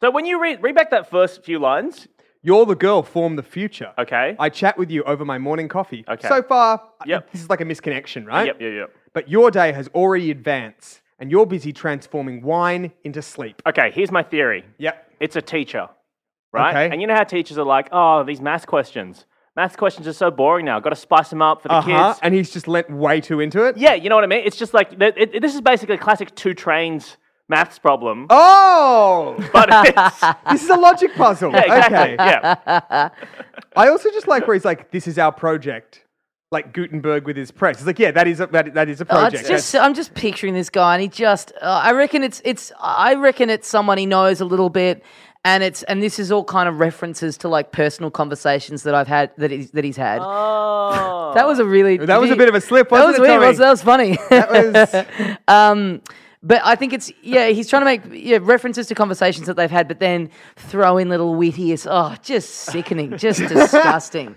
[SPEAKER 2] So when you read read back that first few lines,
[SPEAKER 1] You're the girl, form the future.
[SPEAKER 2] okay.
[SPEAKER 1] I chat with you over my morning coffee.
[SPEAKER 2] Okay.
[SPEAKER 1] So far,
[SPEAKER 2] Yep.
[SPEAKER 1] this is like a misconnection, right?
[SPEAKER 2] yep, yep, yep.
[SPEAKER 1] But your day has already advanced, and you're busy transforming wine into sleep.
[SPEAKER 2] Okay, here's my theory.
[SPEAKER 1] Yep.
[SPEAKER 2] It's a teacher, right?
[SPEAKER 1] Okay.
[SPEAKER 2] And you know how teachers are like, oh, these math questions. Math questions are so boring now. Got to spice them up for the
[SPEAKER 1] Uh huh.
[SPEAKER 2] kids.
[SPEAKER 1] And he's just lent way too into it.
[SPEAKER 2] Yeah, you know what I mean. It's just like th- it, it- this is basically a classic two trains maths
[SPEAKER 1] [LAUGHS]
[SPEAKER 2] problem, [LAUGHS]
[SPEAKER 1] Oh,
[SPEAKER 2] but it's,
[SPEAKER 1] this is a logic puzzle.
[SPEAKER 2] [LAUGHS] yeah, exactly.
[SPEAKER 1] Okay.
[SPEAKER 2] Yeah.
[SPEAKER 3] [LAUGHS]
[SPEAKER 1] I also just like where he's like, "This is our project," like Gutenberg with his press. It's like, yeah, that is a that, that is a
[SPEAKER 3] Uh,
[SPEAKER 1] [LAUGHS]
[SPEAKER 2] Oh,
[SPEAKER 1] project.
[SPEAKER 3] it's just I'm just picturing this guy, and he just uh, I reckon it's it's I reckon it's someone he knows a little bit, and it's and this is all kind of references to like personal conversations that I've had that he's that he's had.
[SPEAKER 2] Oh.
[SPEAKER 3] that was a really
[SPEAKER 1] That was a bit of a slip,
[SPEAKER 3] that
[SPEAKER 1] wasn't
[SPEAKER 3] was
[SPEAKER 1] it,
[SPEAKER 3] weird.
[SPEAKER 1] Tommy?
[SPEAKER 3] wasn't- That was
[SPEAKER 1] [LAUGHS]
[SPEAKER 3] funny. [LAUGHS]
[SPEAKER 1] That
[SPEAKER 2] [LAUGHS]
[SPEAKER 1] was-
[SPEAKER 3] Um, but I think it's yeah, he's trying to make yeah, references to conversations that they've had, but then throw in little wittiest. Oh, just sickening,
[SPEAKER 1] [LAUGHS]
[SPEAKER 3] just disgusting.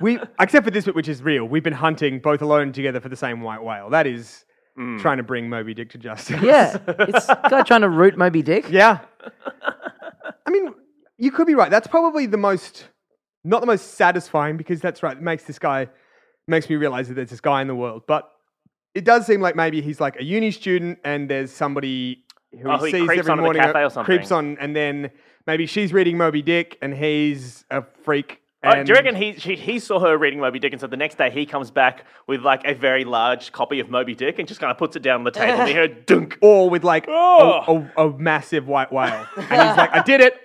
[SPEAKER 1] we except for this bit, which is real. We've been hunting both alone and together for the same white whale. That is
[SPEAKER 2] Mm.
[SPEAKER 1] trying to bring Moby Dick to justice. [LAUGHS]
[SPEAKER 3] Yeah, it's a guy trying to root Moby Dick.
[SPEAKER 1] Yeah. [LAUGHS] I mean, you could be right. That's probably the most, not the most satisfying because that's right. It makes this guy, makes me realize that there's this guy in the world. But it does seem like maybe he's like a uni student and there's somebody who
[SPEAKER 2] Oh,
[SPEAKER 1] he
[SPEAKER 2] he
[SPEAKER 1] sees
[SPEAKER 2] creeps
[SPEAKER 1] every
[SPEAKER 2] on in the
[SPEAKER 1] morning,
[SPEAKER 2] cafe or
[SPEAKER 1] uh, creeps on,
[SPEAKER 2] something.
[SPEAKER 1] and then maybe she's reading Moby Dick and he's a freak.
[SPEAKER 2] Oh,
[SPEAKER 1] and-
[SPEAKER 2] do you reckon he, she, he saw her reading Moby Dick and so the next day he comes back with like a very large copy of Moby Dick and just kind of puts it down on the table and he heard dunk.
[SPEAKER 1] Or with like a-
[SPEAKER 2] Oh.
[SPEAKER 1] a, a massive white
[SPEAKER 2] [LAUGHS]
[SPEAKER 1] whale. and he's like, I did it.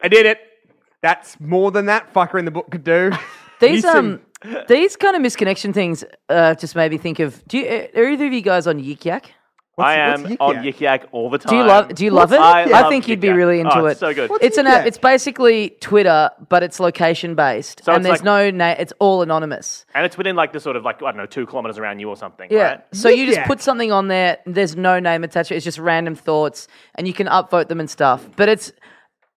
[SPEAKER 1] I did it. That's more than that fucker in the book could do.
[SPEAKER 3] These
[SPEAKER 1] You seem-
[SPEAKER 3] um
[SPEAKER 1] [LAUGHS]
[SPEAKER 3] these kind of misconnection things uh, just made me think of. Do you, uh, are either of you guys on Yik Yak?
[SPEAKER 2] I
[SPEAKER 1] what's
[SPEAKER 2] am
[SPEAKER 1] Yik
[SPEAKER 2] on
[SPEAKER 1] Yak?
[SPEAKER 2] Yik Yak all the time.
[SPEAKER 3] Do you love Do you love it?
[SPEAKER 2] I, love
[SPEAKER 3] think you'd
[SPEAKER 2] Yik
[SPEAKER 3] be
[SPEAKER 2] Yak.
[SPEAKER 3] really into
[SPEAKER 2] Oh,
[SPEAKER 3] it.
[SPEAKER 2] it's so good.
[SPEAKER 1] What's
[SPEAKER 3] It's an
[SPEAKER 1] Yik
[SPEAKER 3] app.
[SPEAKER 1] Yak?
[SPEAKER 3] It's basically Twitter, but it's location based,
[SPEAKER 2] So
[SPEAKER 3] and
[SPEAKER 2] it's
[SPEAKER 3] there's
[SPEAKER 2] like-
[SPEAKER 3] no na- It's all anonymous.
[SPEAKER 2] and it's within like the sort of like, I don't know, two kilometers around you or something.
[SPEAKER 3] Yeah.
[SPEAKER 2] Right?
[SPEAKER 3] So you just
[SPEAKER 1] Yik-yak.
[SPEAKER 3] put something on there. There's no name attached. to it, It's just random thoughts, and you can upvote them and stuff. But it's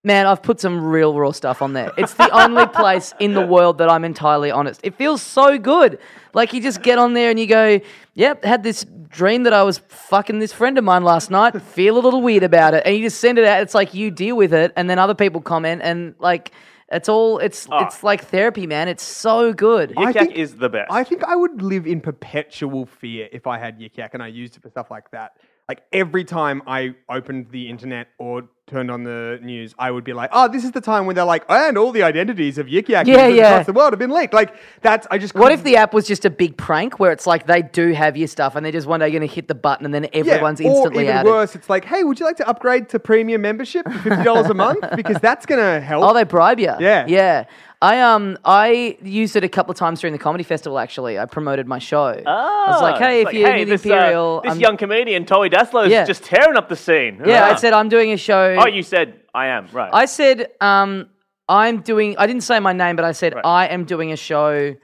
[SPEAKER 3] man, I've put some real raw stuff on there. It's the only place in the world that I'm entirely honest. It feels so good. Like you just get on there and you go, "Yep, had this dream that I was fucking this friend of mine last night. Feel a little weird about it." And you just send it out. It's like you deal with it, and then other people comment and like. It's all it's
[SPEAKER 2] Ah.
[SPEAKER 3] it's like therapy, man. It's so good.
[SPEAKER 1] I
[SPEAKER 2] Yik Yak
[SPEAKER 1] think-
[SPEAKER 2] is the best.
[SPEAKER 1] I think I would live in perpetual fear if I had Yik Yak and I used it for stuff like that. Like every time I opened the internet or turned on the news, I would be like, "Oh, this is the time when they're like, and all the identities of Yik Yak
[SPEAKER 3] Yeah,
[SPEAKER 1] users
[SPEAKER 3] yeah.
[SPEAKER 1] across the world have been leaked." Like that's I just
[SPEAKER 3] What
[SPEAKER 1] couldn't-
[SPEAKER 3] if the app was just a big prank where it's like they do have your stuff and they're just one day going to hit the button and then
[SPEAKER 1] yeah,
[SPEAKER 3] everyone's
[SPEAKER 1] or
[SPEAKER 3] instantly
[SPEAKER 1] even
[SPEAKER 3] out?
[SPEAKER 1] worse, it's like, "Hey, would you like to upgrade to premium membership, for fifty dollars a
[SPEAKER 3] [LAUGHS]
[SPEAKER 1] month, because that's gonna help."
[SPEAKER 3] Oh, they bribe you.
[SPEAKER 1] Yeah.
[SPEAKER 3] yeah. I um I used it a couple of times during the comedy festival. Actually, I promoted my show. I was like,
[SPEAKER 2] Ah,
[SPEAKER 3] hey,
[SPEAKER 2] it's
[SPEAKER 3] if you're
[SPEAKER 2] hey,
[SPEAKER 3] in
[SPEAKER 2] this, uh,
[SPEAKER 3] Imperial,
[SPEAKER 2] this
[SPEAKER 3] I'm-
[SPEAKER 2] young comedian, Toei Daslow, is
[SPEAKER 3] Yeah.
[SPEAKER 2] just tearing up the scene.
[SPEAKER 3] yeah,
[SPEAKER 2] Ah.
[SPEAKER 3] I said I'm doing a show.
[SPEAKER 2] Oh, you said I am, right.
[SPEAKER 3] I said um I'm doing. I didn't say my name, but I said I am doing a show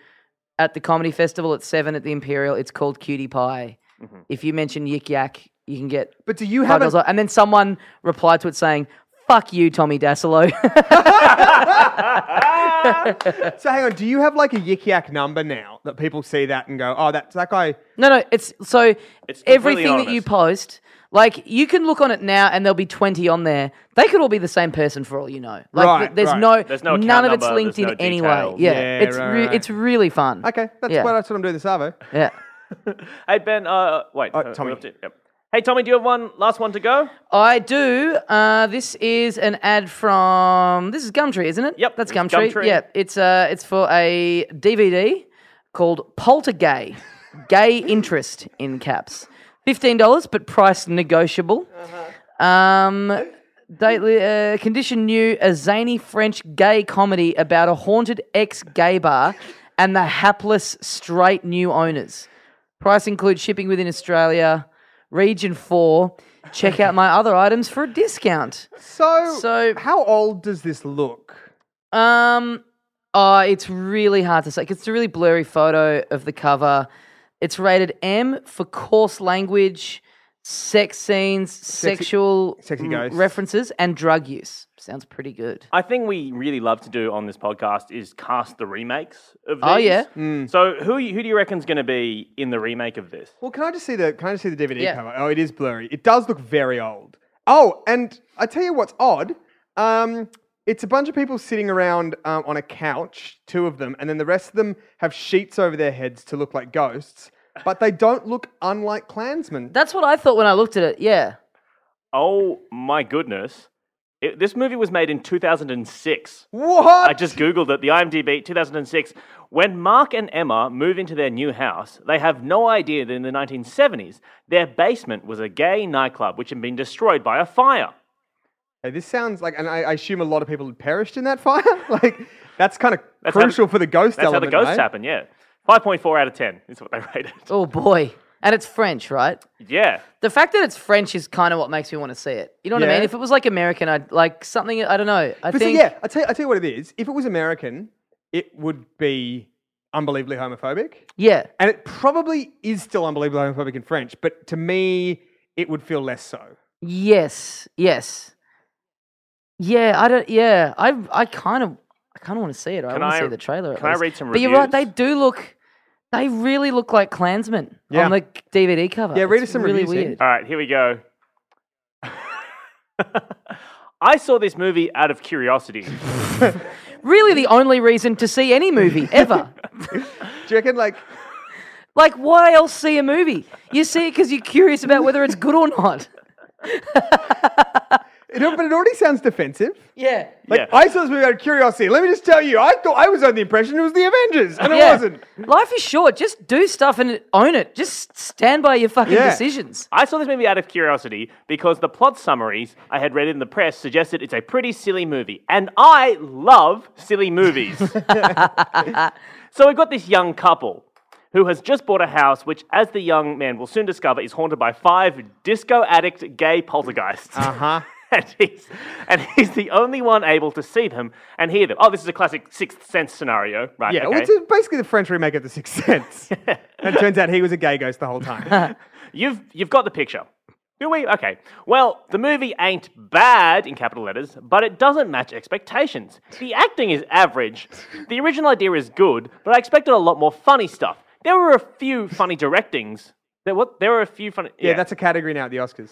[SPEAKER 3] at the comedy festival at seven at the Imperial. It's called Cutie Pie.
[SPEAKER 2] Mm-hmm.
[SPEAKER 3] If you mention Yik Yak, you can get
[SPEAKER 1] but do you have
[SPEAKER 3] $5.
[SPEAKER 1] a,
[SPEAKER 3] And then someone replied to it saying, Fuck you, Tommy Dasilo. [LAUGHS]
[SPEAKER 1] So hang on, do you have like a yik yak number now that people see that and go, oh, that's that guy?
[SPEAKER 3] no, no, it's so
[SPEAKER 2] It's completely
[SPEAKER 3] everything that you
[SPEAKER 2] anonymous.
[SPEAKER 3] post, like you can look on it now and there'll be 20 on there. They could all be the same person for all you know. Like
[SPEAKER 1] Right,
[SPEAKER 3] there's
[SPEAKER 1] right.
[SPEAKER 3] no,
[SPEAKER 2] There's no account
[SPEAKER 3] none of it's
[SPEAKER 2] number,
[SPEAKER 3] linked in
[SPEAKER 2] there's no
[SPEAKER 3] any way.
[SPEAKER 2] details.
[SPEAKER 3] Yeah,
[SPEAKER 1] Yeah,
[SPEAKER 3] it's
[SPEAKER 1] right,
[SPEAKER 3] re-
[SPEAKER 1] right.
[SPEAKER 3] it's really fun.
[SPEAKER 1] Okay, that's
[SPEAKER 3] Yeah.
[SPEAKER 1] what that's what I'm doing this Arvo.
[SPEAKER 3] Yeah.
[SPEAKER 2] Hey Ben, uh, wait, uh,
[SPEAKER 1] Tommy.
[SPEAKER 2] we have to- yep. Hey Tommy, do you have one last one to go?
[SPEAKER 3] I do. Uh, this is an ad from. This is Gumtree, isn't it?
[SPEAKER 2] Yep,
[SPEAKER 3] that's
[SPEAKER 2] it's
[SPEAKER 3] Gumtree.
[SPEAKER 2] Gumtree.
[SPEAKER 3] Yeah, it's uh, it's for a DVD called
[SPEAKER 2] [LAUGHS]
[SPEAKER 3] Poltergay, Gay Interest in caps, fifteen dollars, but price negotiable.
[SPEAKER 2] Uh-huh.
[SPEAKER 3] Um, date li- uh, condition new, a zany French gay comedy about a haunted ex-gay bar and the hapless straight new owners. Price includes shipping within Australia, region four. Check out my other items for a discount.
[SPEAKER 1] So,
[SPEAKER 3] So-
[SPEAKER 1] how old does this look?
[SPEAKER 3] Um, oh, it's really hard to say. It's a really blurry photo of the cover. It's rated M for coarse language, sex scenes, sexual
[SPEAKER 1] sexy
[SPEAKER 3] m-
[SPEAKER 1] ghosts.
[SPEAKER 3] references, and drug use. Sounds pretty good.
[SPEAKER 2] I think we really love to do on this podcast is cast the remakes of these.
[SPEAKER 3] Oh, yeah.
[SPEAKER 2] So who you- who do you reckon's going to be in the remake of this?
[SPEAKER 1] Well, can I just see the can I just see the DVD
[SPEAKER 3] Yeah.
[SPEAKER 1] cover? Oh, it is blurry. It does look very old. Oh, and I tell you what's odd. Um, it's a bunch of people sitting around um, on a couch, two of them, and then the rest of them have sheets over their heads to look like ghosts, but they don't look unlike Klansmen.
[SPEAKER 3] That's what I thought when I looked at it. Yeah.
[SPEAKER 2] Oh my goodness. It, this movie was made in 2006.
[SPEAKER 1] what?
[SPEAKER 2] I just googled it. The IMDb 2006. When Mark and Emma move into their new house, they have no idea that in the 1970s, their basement was a gay nightclub which had been destroyed by a fire.
[SPEAKER 1] Hey, this sounds like, and I, I assume a lot of people had perished in that fire. [LAUGHS] like, that's kind of
[SPEAKER 2] how the-
[SPEAKER 1] crucial for the ghost
[SPEAKER 2] That's how the
[SPEAKER 1] element. eh?
[SPEAKER 2] ghosts
[SPEAKER 1] right?
[SPEAKER 2] happen. Yeah, 5.4 out of 10 is what they [LAUGHS] rated.
[SPEAKER 3] Oh boy. And it's French, right?
[SPEAKER 2] Yeah.
[SPEAKER 3] The fact that it's French is kind of what makes me want to see it. You know what I
[SPEAKER 1] Yeah.
[SPEAKER 3] mean? If it was like American, I'd like something. I don't know. I
[SPEAKER 1] But see,
[SPEAKER 3] think.
[SPEAKER 1] yeah, I tell, I tell you what it is. If it was American, it would be unbelievably homophobic,
[SPEAKER 3] Yeah.
[SPEAKER 1] and it probably is still unbelievably homophobic in French. But to me, it would feel less so.
[SPEAKER 3] Yes, yes. Yeah, I don't. Yeah, I I kind of I kind of want to see it. I
[SPEAKER 2] Can
[SPEAKER 3] want
[SPEAKER 2] I-
[SPEAKER 3] to see the trailer. at
[SPEAKER 2] can I
[SPEAKER 3] least.
[SPEAKER 2] read some
[SPEAKER 3] But you're right. They
[SPEAKER 2] reviews?
[SPEAKER 3] do look. They really look like Klansmen
[SPEAKER 1] Yeah.
[SPEAKER 3] on the DVD cover.
[SPEAKER 1] Yeah, read us
[SPEAKER 3] It's
[SPEAKER 1] some
[SPEAKER 3] really
[SPEAKER 1] reviews, Ian.
[SPEAKER 3] weird.
[SPEAKER 2] All right, here we go. [LAUGHS] I saw this movie out of curiosity.
[SPEAKER 3] Really, the only reason to see
[SPEAKER 1] [LAUGHS]
[SPEAKER 3] any movie ever.
[SPEAKER 1] Do you reckon? Like, [LAUGHS]
[SPEAKER 3] like, why else see a movie? You see it because you're curious about whether it's good or not.
[SPEAKER 1] it, al- but it already sounds defensive.
[SPEAKER 3] Yeah.
[SPEAKER 1] Like,
[SPEAKER 2] Yeah.
[SPEAKER 1] I saw this movie out of curiosity. Let me just tell you, I thought I was under the impression it was the Avengers, and it
[SPEAKER 3] yeah.
[SPEAKER 1] wasn't.
[SPEAKER 3] Life is short. Just do stuff and own it. Just stand by your fucking
[SPEAKER 1] Yeah.
[SPEAKER 3] decisions.
[SPEAKER 2] I saw this movie out of curiosity because the plot summaries I had read in the press suggested it's a pretty silly movie, and I love silly
[SPEAKER 1] [LAUGHS]
[SPEAKER 2] movies. so we've got this young couple who has just bought a house which, as the young man will soon discover, is haunted by five disco addict gay poltergeists.
[SPEAKER 1] Uh-huh.
[SPEAKER 2] [LAUGHS] and, he's, and he's the only one able to see them and hear them. Oh, this is a classic sixth sense scenario, right?
[SPEAKER 1] Yeah,
[SPEAKER 2] okay.
[SPEAKER 1] which is basically the French remake of The Sixth
[SPEAKER 2] [LAUGHS]
[SPEAKER 1] Sense. and it turns out he was a gay ghost the whole time.
[SPEAKER 2] You've you've got the picture. Do we? Okay. Well, the movie ain't bad in capital letters, but it doesn't match expectations. The acting is average. The original idea is good, but I expected a lot more funny stuff. There were a few funny directings. There what? There were a few funny.
[SPEAKER 1] yeah, that's a category now at the
[SPEAKER 3] [LAUGHS]
[SPEAKER 1] Oscars.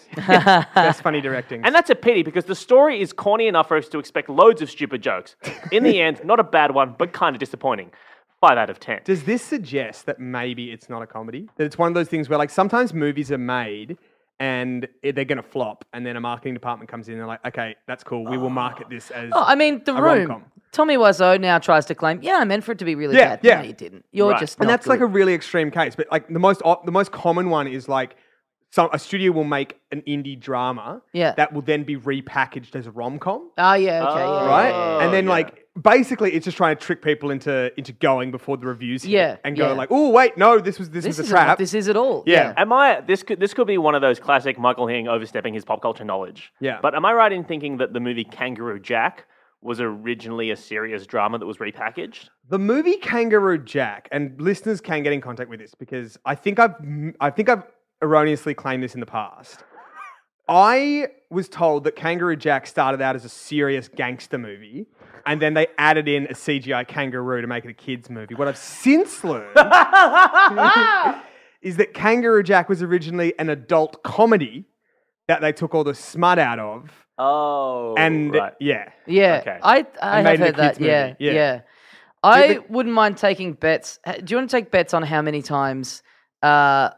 [SPEAKER 1] Best funny directing.
[SPEAKER 2] And that's a pity because the story is corny enough for us to expect loads of stupid jokes. In
[SPEAKER 1] [LAUGHS]
[SPEAKER 2] the end, not a bad one, but kind of disappointing. Five out of ten.
[SPEAKER 1] Does this suggest that maybe it's not a comedy? That it's one of those things where, like, sometimes movies are made and it- they're going to flop, and then a marketing department comes in and they're like, okay, that's cool. We will market this as.
[SPEAKER 3] Oh, I mean, The Room.
[SPEAKER 1] rom-com.
[SPEAKER 3] Tommy Wiseau now tries to claim, yeah, I meant for it to be really
[SPEAKER 1] Yeah,
[SPEAKER 3] bad.
[SPEAKER 1] yeah.
[SPEAKER 3] No, you didn't. You're
[SPEAKER 2] Right.
[SPEAKER 3] just
[SPEAKER 1] and
[SPEAKER 3] not
[SPEAKER 1] that's like a
[SPEAKER 3] good.
[SPEAKER 1] really extreme case. But, like, the most, o- the most common one is like, so a studio will make an indie drama
[SPEAKER 3] Yeah.
[SPEAKER 1] that will then be repackaged as a rom com.
[SPEAKER 3] Oh, yeah, okay,
[SPEAKER 2] Oh,
[SPEAKER 3] yeah.
[SPEAKER 1] right?
[SPEAKER 2] Oh,
[SPEAKER 1] and then
[SPEAKER 2] yeah.
[SPEAKER 1] like basically it's just trying to trick people into into going before the reviews hit
[SPEAKER 3] Yeah,
[SPEAKER 1] and go
[SPEAKER 3] yeah.
[SPEAKER 1] like, oh wait, no, this was this,
[SPEAKER 3] This
[SPEAKER 1] was
[SPEAKER 3] is
[SPEAKER 1] a trap.
[SPEAKER 3] what this is at all.
[SPEAKER 1] Yeah.
[SPEAKER 2] Am I this could this could be one of those classic Michael Hing overstepping his pop culture knowledge?
[SPEAKER 1] Yeah.
[SPEAKER 2] But am I right in thinking that the movie Kangaroo Jack was originally a serious drama that was repackaged?
[SPEAKER 1] the movie Kangaroo Jack, and listeners can get in contact with this because I think I've m- I think I've erroneously claimed this in the past. I was told that Kangaroo Jack started out as a serious gangster movie, and then they added in a CGI kangaroo to make it a kids movie. What I've since learned Ah! is that Kangaroo Jack was originally an adult comedy that they took all the smut out of,
[SPEAKER 2] Oh,
[SPEAKER 1] and
[SPEAKER 2] right.
[SPEAKER 1] yeah,
[SPEAKER 3] [LAUGHS] Yeah,
[SPEAKER 2] Okay.
[SPEAKER 3] I I
[SPEAKER 1] And made
[SPEAKER 3] have
[SPEAKER 1] it a
[SPEAKER 3] heard that.
[SPEAKER 1] kids' movie,
[SPEAKER 3] Yeah,
[SPEAKER 1] yeah.
[SPEAKER 3] yeah. I
[SPEAKER 1] Did
[SPEAKER 3] wouldn't mind taking bets. H- Do you want to take bets on how many times uh,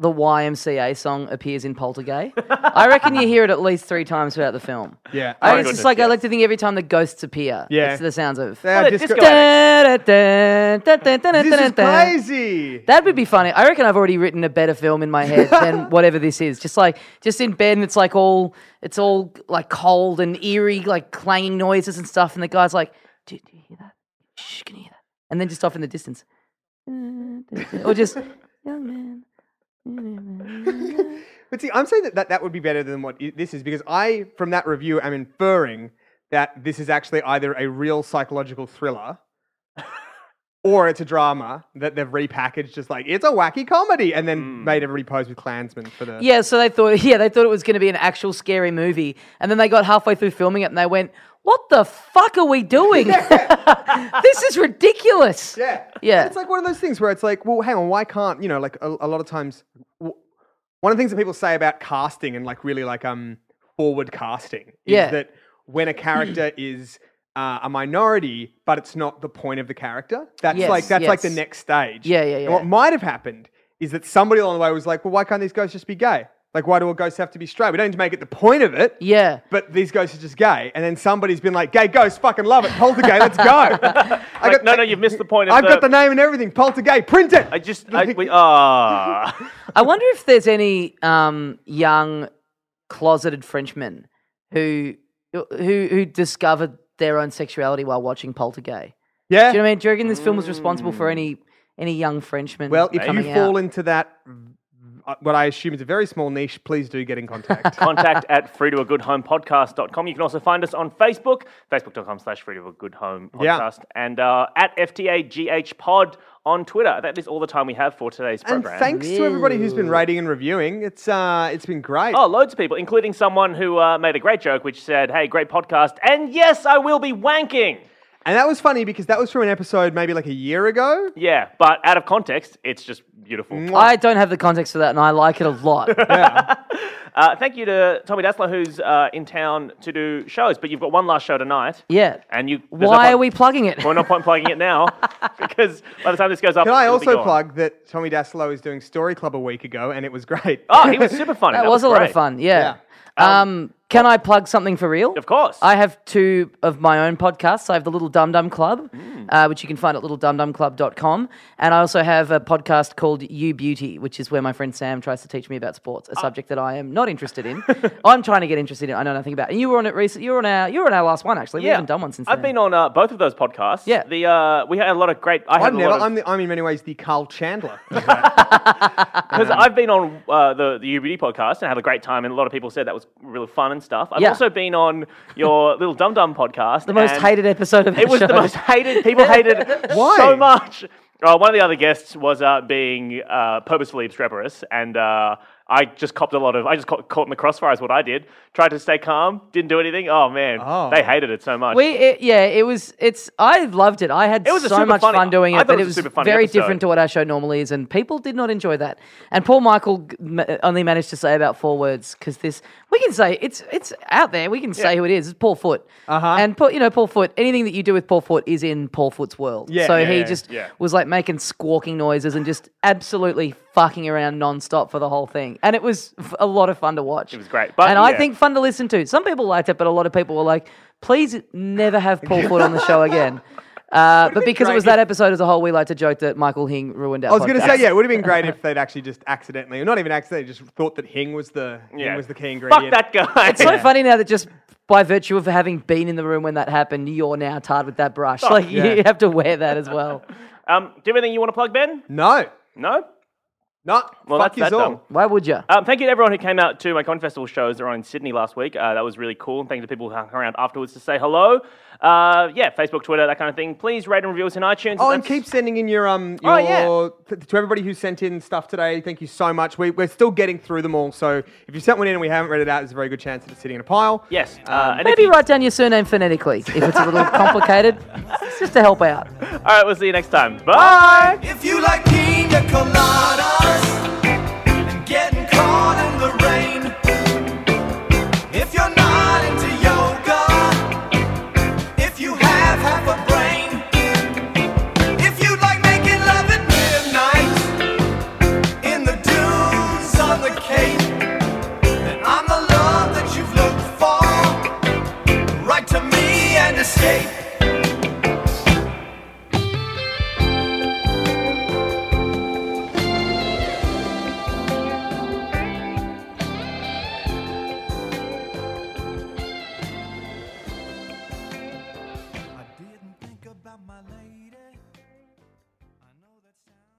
[SPEAKER 3] the YMCA song appears in Poltergeist? I reckon you hear it at least three times throughout the film.
[SPEAKER 1] yeah.
[SPEAKER 3] I, it's
[SPEAKER 2] goodness,
[SPEAKER 3] just like I
[SPEAKER 2] yes.
[SPEAKER 3] like to think every time the ghosts appear.
[SPEAKER 1] Yeah.
[SPEAKER 3] it's the sounds of.
[SPEAKER 1] They are
[SPEAKER 2] What a
[SPEAKER 1] disco-
[SPEAKER 2] disco-
[SPEAKER 3] Da- da- da- da- da- da-
[SPEAKER 1] this
[SPEAKER 3] [LAUGHS] da-
[SPEAKER 1] is
[SPEAKER 3] da.
[SPEAKER 1] crazy.
[SPEAKER 3] That would be funny. I reckon I've already written a better film in my head than whatever this is. Just like just in bed, and it's like all it's all like cold and eerie, like clanging noises and stuff. And the guy's like, "Do, do you hear that? Shh, can you hear that?" And then just off in the distance, or just young man.
[SPEAKER 1] But see, I'm saying that, that that would be better than what i- this is because I, from that review, am inferring that this is actually either a real psychological thriller [LAUGHS] or it's a drama that they've repackaged just like it's a wacky comedy and then made everybody pose with Klansmen for the.
[SPEAKER 3] [LAUGHS] Yeah, so they thought yeah, they thought it was going to be an actual scary movie, and then they got halfway through filming it and they went, "What the fuck are
[SPEAKER 1] [LAUGHS]
[SPEAKER 3] we doing? [LAUGHS] this is ridiculous."
[SPEAKER 1] Yeah.
[SPEAKER 3] Yeah.
[SPEAKER 1] It's like one of those things where it's like, well, hang on, why can't, you know, like a, a lot of times, w- one of the things that people say about casting and like really like um forward casting is
[SPEAKER 3] Yeah.
[SPEAKER 1] that when a
[SPEAKER 3] [CLEARS THROAT]
[SPEAKER 1] character is uh, a minority, but it's not the point of the character, that's
[SPEAKER 3] Yes,
[SPEAKER 1] like that's like the
[SPEAKER 3] yes.
[SPEAKER 1] next stage.
[SPEAKER 3] Yeah, yeah,
[SPEAKER 1] And what
[SPEAKER 3] yeah.
[SPEAKER 1] might have happened is that somebody along the way was like, well, why can't these guys just be gay? Like, why do all ghosts have to be straight? We don't need to make it the point of it.
[SPEAKER 3] Yeah.
[SPEAKER 1] But these ghosts are just gay, and then somebody's been like, "Gay ghosts, fucking love it, poltergeist, let's
[SPEAKER 3] [LAUGHS]
[SPEAKER 1] go." I
[SPEAKER 2] Like, no, no, you've missed the point of
[SPEAKER 1] I've
[SPEAKER 2] the-
[SPEAKER 1] got the name and everything. Poltergeist, print it.
[SPEAKER 2] I just, I, we, ah.
[SPEAKER 1] [LAUGHS]
[SPEAKER 3] I wonder if there's any um, young closeted Frenchmen who who who discovered their own sexuality while watching Poltergeist.
[SPEAKER 1] yeah.
[SPEAKER 3] Do you know what I mean? Do you reckon this film was responsible for any any young Frenchmen?
[SPEAKER 1] well, if
[SPEAKER 3] coming
[SPEAKER 1] you
[SPEAKER 3] out?
[SPEAKER 1] fall into that, uh, what I assume is a very small niche, please do get in
[SPEAKER 2] [LAUGHS]
[SPEAKER 1] contact.
[SPEAKER 2] contact at free to a good home podcast.com. You can also find us on Facebook, facebook.com slash free to a good home
[SPEAKER 1] Yeah.
[SPEAKER 2] podcast, and uh, at FTAGH pod on Twitter. That is all the time we have for today's
[SPEAKER 1] and
[SPEAKER 2] program.
[SPEAKER 1] thanks to everybody who's been rating and reviewing. It's uh, it's been great.
[SPEAKER 2] Oh, loads of people, including someone who uh, made a great joke, which said, Hey, great podcast. And yes, I will be wanking.
[SPEAKER 1] And that was funny because that was from an episode maybe like a year ago.
[SPEAKER 2] Yeah, but out of context, it's just beautiful.
[SPEAKER 3] I don't have the context for that, and I like it a lot.
[SPEAKER 1] [LAUGHS]
[SPEAKER 2] Uh, thank you to Tommy Dassler, who's uh, in town to do shows, but you've got one last show tonight.
[SPEAKER 3] yeah.
[SPEAKER 2] And you. there's no
[SPEAKER 3] Why
[SPEAKER 2] point-
[SPEAKER 3] are we plugging it?
[SPEAKER 2] We're not point plugging it
[SPEAKER 3] [LAUGHS]
[SPEAKER 2] now because by the time this goes up,
[SPEAKER 1] Can I
[SPEAKER 2] it'll be
[SPEAKER 1] also
[SPEAKER 2] gone.
[SPEAKER 1] plug that Tommy Daslow is doing Story Club a week ago, and it was great.
[SPEAKER 2] Oh, he
[SPEAKER 1] [LAUGHS]
[SPEAKER 2] was super funny.
[SPEAKER 3] [LAUGHS] that was a lot of
[SPEAKER 2] great.
[SPEAKER 3] fun. Yeah. Um, can I plug something for real?
[SPEAKER 2] Of course.
[SPEAKER 3] I have two of my own podcasts. I have the Little Dum Dum Club,
[SPEAKER 2] Mm.
[SPEAKER 3] uh, which you can find at littledumdumclub.com. And I also have a podcast called You Beauty, which is where my friend Sam tries to teach me about sports,
[SPEAKER 2] Ah.
[SPEAKER 3] a subject that I am not interested
[SPEAKER 2] [LAUGHS]
[SPEAKER 3] in. I'm trying to get interested in. I know nothing about. And you were on it recently. You were on our. You were on our last one actually. We haven't done one since.
[SPEAKER 2] I've
[SPEAKER 3] then.
[SPEAKER 2] been on uh, both of those podcasts.
[SPEAKER 3] Yeah.
[SPEAKER 2] The uh, we had a lot of great. I had
[SPEAKER 1] I'm
[SPEAKER 2] a
[SPEAKER 1] never.
[SPEAKER 2] lot
[SPEAKER 1] I'm,
[SPEAKER 2] of
[SPEAKER 1] the, I'm in many ways the Carl
[SPEAKER 2] [LAUGHS]
[SPEAKER 1] Chandler.
[SPEAKER 2] because
[SPEAKER 3] Um,
[SPEAKER 2] I've been on uh, the the UBD podcast and had a great time, and a lot of people said that was really fun and stuff. I've
[SPEAKER 3] Yeah.
[SPEAKER 2] also been on
[SPEAKER 3] [LAUGHS]
[SPEAKER 2] your little Dum Dum podcast.
[SPEAKER 3] the most hated episode
[SPEAKER 2] [LAUGHS]
[SPEAKER 3] of
[SPEAKER 2] It was the most hated. People hated
[SPEAKER 3] [LAUGHS]
[SPEAKER 1] Why?
[SPEAKER 2] so much. Uh, one of the other guests was uh, being uh, purposefully obstreperous, and uh, I just copped a lot of. I just caught, caught in the crossfire is what I did. Tried to stay calm, didn't do anything. Oh man,
[SPEAKER 1] Oh.
[SPEAKER 2] they hated it so much.
[SPEAKER 3] We it, yeah, it was. It's I loved it. I had
[SPEAKER 2] It was a
[SPEAKER 3] so
[SPEAKER 2] super
[SPEAKER 3] much
[SPEAKER 2] funny-
[SPEAKER 3] fun doing
[SPEAKER 2] I
[SPEAKER 3] it,
[SPEAKER 2] thought
[SPEAKER 3] but
[SPEAKER 2] it
[SPEAKER 3] it
[SPEAKER 2] was
[SPEAKER 3] was
[SPEAKER 2] a super funny
[SPEAKER 3] very
[SPEAKER 2] episode.
[SPEAKER 3] different to what our show normally is, and people did not enjoy that. And Paul Michael m- only managed to say about four words because this we can say it's it's out there. We can say who it is. It's Paul Foot.
[SPEAKER 1] Uh-huh.
[SPEAKER 3] And Paul, you know Paul Foot. Anything that you do with Paul Foot is in Paul Foot's world.
[SPEAKER 1] Yeah,
[SPEAKER 3] so
[SPEAKER 1] yeah,
[SPEAKER 3] he
[SPEAKER 1] yeah,
[SPEAKER 3] just
[SPEAKER 2] yeah.
[SPEAKER 3] was like making squawking noises and just absolutely fucking around nonstop for the whole thing, and it was f- a lot of fun to watch. It
[SPEAKER 2] was great, but
[SPEAKER 3] and I
[SPEAKER 2] yeah.
[SPEAKER 3] think fun to listen to. Some people liked it, but a lot of people were like, please never have Paul Foot on the show again. Uh, but because it
[SPEAKER 1] great
[SPEAKER 3] was that episode as a whole, we like to joke that Michael Hing ruined our
[SPEAKER 1] I was going to say,
[SPEAKER 3] podcast.
[SPEAKER 1] yeah, it would have been great if they'd actually just accidentally, or not even accidentally, just thought that Hing was the Hing was the key ingredient.
[SPEAKER 2] Fuck that guy.
[SPEAKER 3] It's
[SPEAKER 2] [LAUGHS]
[SPEAKER 3] so funny now that just by virtue of having been in the room when that happened, you're now tarred with that brush. like,
[SPEAKER 1] yeah.
[SPEAKER 3] you have to wear that as well.
[SPEAKER 2] Um, do you have anything you want to plug, Ben?
[SPEAKER 1] No.
[SPEAKER 2] No.
[SPEAKER 1] No,
[SPEAKER 2] Well,
[SPEAKER 1] fuck
[SPEAKER 2] that's that
[SPEAKER 1] you
[SPEAKER 2] done.
[SPEAKER 1] all.
[SPEAKER 3] Why would you?
[SPEAKER 2] Um, thank you to everyone who came out to my Con Festival shows that were in Sydney last week. Uh, that was really cool. And thank you to people who hung around afterwards to say hello. Uh, yeah, Facebook, Twitter, that kind of thing. Please rate and review us in iTunes.
[SPEAKER 1] Oh, and
[SPEAKER 2] That's-
[SPEAKER 1] keep sending in your um your
[SPEAKER 2] Oh, yeah.
[SPEAKER 1] th- to everybody who sent in stuff today. Thank you so much. We, we're still getting through them all. So if you sent one in and we haven't read it out, there's a very good chance that it's sitting in a pile.
[SPEAKER 2] Yes. Uh,
[SPEAKER 1] Um,
[SPEAKER 2] and if
[SPEAKER 3] Maybe
[SPEAKER 2] you-
[SPEAKER 3] write down your surname phonetically if it's a little complicated, just to help out.
[SPEAKER 2] All right, we'll see you next time. Bye.
[SPEAKER 4] If you like pina coladas and getting caught in the rain, if you're not into yoga, if you have half a brain, if you like making love at midnight in the dunes on the cape, then I'm the love that you've looked for. Write to me and escape. I didn't think about my lady. I know that sounds.